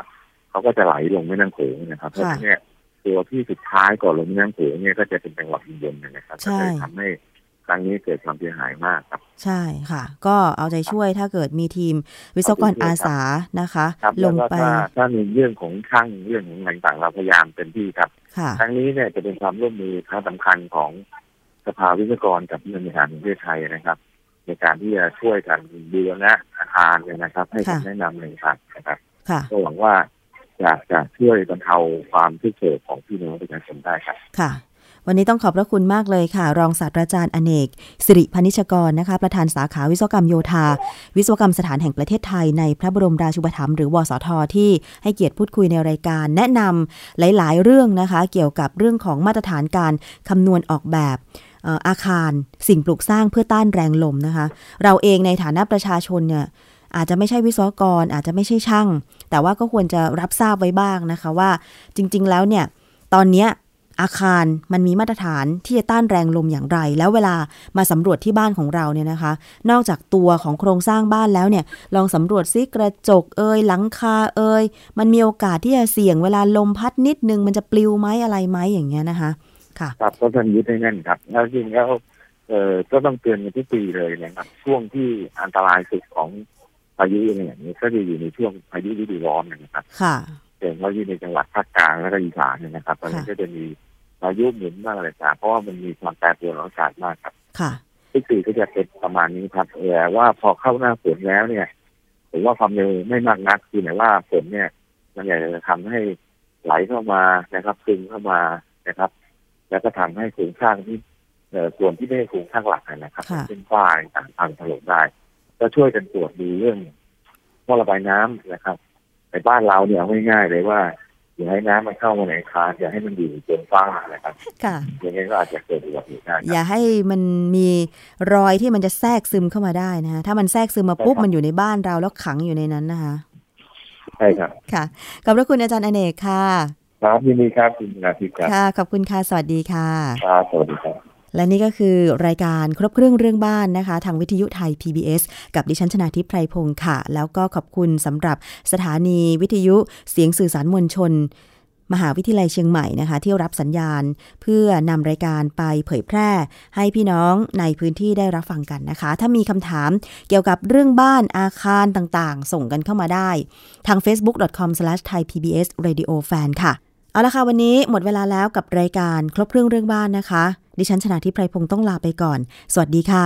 เขาก็จะไหลลงแม่น้ำโขงนะครับเพราะ ค่ะ ฉะนั้นเนี่ยตัวที่สุดท้ายก่อนลงแม่น้ำโขงเนี่ยก็จะเป็นจังหวัดอุบลนะครับ ใช่ ก็จะทำให้ข ครั้งนี้เกิดความเสียหายมากครับ ใช่ค่ะ ก็เอาใจช่วยถ้าเกิดมีทีมวิศวกรอาสานะคะ ครับ ล แล้ว ง ก็ ไป ถ้าถ้ามีเรื่องของช่างเรื่องของอะไรต่างเราพยายามเต็มที่ครับ ค่ะ ครั้งนี้เนี่ยจะเป็นความร่วมมือครั้งสำคัญของสภาวิศวกรกับผู้บริหารของประเทศไทยนะครับ ในการที่จะช่วยกันดูแลอาคารเนี่ยนะครับ ให้ ค่ะ คำแนะนำในการนะครับ ค่ะ ก็หวังว่าจะจะช่วยบรรเทาความทุกข์เฉยของพี่น้องประชาชนได้ครับ ค่ะ วันนี้ต้องขอบพระคุณมากเลยค่ะ รองศาสตราจารย์อเนก สิริพนิชกรนะคะ ประธานสาขาวิศวกรรมโยธา วิศวกรรมสถานแห่งประเทศไทยในพระบรมราชูปถัมภ์หรือวสทที่ให้เกียรติพูดคุยในรายการ แนะนำหลาย ๆ เรื่องนะคะ เกี่ยวกับเรื่องของมาตรฐานการคำนวณออกแบบเอ่ออาคารสิ่งปลูกสร้างเพื่อต้านแรงลมนะคะ เราเองในฐานะประชาชนเนี่ย อาจจะไม่ใช่วิศวกร อาจจะไม่ใช่ช่าง แต่ว่าก็ควรจะรับทราบไว้บ้างนะคะว่าจริง ๆ แล้วเนี่ย ตอนเนี้ยอาคารมันมีมาตรฐานที่จะต้านแรงลมอย่างไร แล้วเวลามาสำรวจที่บ้านของเราเนี่ยนะคะ นอกจากตัวของโครงสร้างบ้านแล้วเนี่ย ลองสำรวจซิกระจกเอยหลังคาเอยมันมีโอกาสที่จะเสี่ยงเวลาลมพัดนิดนึงมันจะปลิวไหมอะไรไหมอย่างเงี้ยนะคะ ค่ะ ครับก็ต้องยึดให้แน่นครับ แล้วจริงแล้วเอ่อก็ต้องเตือนกันทุกปีเลยนะครับ ช่วงที่อันตรายสุดของพายุอะไรอย่างนี้ก็จะอยู่ในช่วงพายุฤดูร้อนนะครับ ค่ะ เด่นว่าอยู่ในจังหวัดภาคกลางและก็อีสานเนยนะครับตอนนี้ ค่ะ ก็จะมีพายุหมุนมากเลยครับเพราะว่ามันมีความแปรปรวนของอากาศมากครับ ค่ะ ทุกปีก็จะเป็นประมาณนี้ครับแต่ว่าพอเข้าหน้าฝนแล้วเนี่ยผมว่าความเร็วไม่มากนักคือหมายว่าฝนเนี่ย มันอยากจะทำให้ไหลเข้ามานะครับซึมเข้ามานะครับ แล้วก็ทำให้โครงสร้างที่เอ่อส่วนที่ไม่ใช่โครงสร้างหลักนะครับ ค่ะ เป็นฝ้ายต่างพังถล่มได้ ก็ช่วยกันตรวจดูเรื่องท่อระบายน้ำนะครับในบ้านเราเนี่ยเอาง่ายๆเลยว่าอย่าให้น้ำมันเข้ามาในอาคารอย่าให้มันอยู่บนฝ้านะครับ ค่ะ อย่างนี้นก็อาจจะเกิดอุบัติเหตุได้ค อ รับ ย่าให้มันมีรอยที่มันจะแทรกซึมเข้ามาได้นะคะถ้ามันแทรกซึมมาปุ๊บ ใช่มัครับนอยู่ในบ้านเราแล้วขังอยู่ในนั้นนะคะ ใช่ครับ ค่ะ ขอบพระคุณอาจารย์อเนกค่ะ ครับยินดีครับคุณนาทิพย์ครับ ค่ะ ขอบคุณค่ะ สวัสดีค่ะ ครับสวัสดีครับ และนี่ก็คือรายการครบเครื่องเรื่องบ้านนะคะ ทางวิทยุไทย PBS กับดิฉันชนาทิพไพรพงศ์ค่ะ แล้วก็ขอบคุณสำหรับสถานีวิทยุเสียงสื่อสารมวลชน มหาวิทยาลัยเชียงใหม่นะคะ ที่รับสัญญาณเพื่อนำรายการไปเผยแพร่ ให้พี่น้องในพื้นที่ได้รับฟังกันนะคะ ถ้ามีคำถามเกี่ยวกับเรื่องบ้านอาคารต่างๆ ส่งกันเข้ามาได้ ทาง facebook.com/thaipbsradiofan ค่ะ เอาละค่ะ วันนี้หมดเวลาแล้วกับรายการครบเครื่องเรื่องบ้านนะคะ ดิฉันชนะทิพไพรพงศ์ต้องลาไปก่อน สวัสดีค่ะ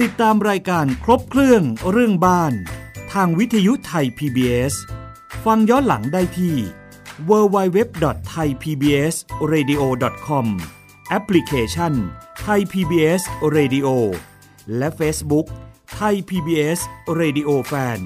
ติดตามรายการครบเครื่องเรื่องบ้าน ทางวิทยุไทย PBS ฟังย้อนหลังได้ที่ www.thaipbsradio.com แอปพลิเคชัน Thai PBS Radio และ Facebook Thai PBS Radio Fan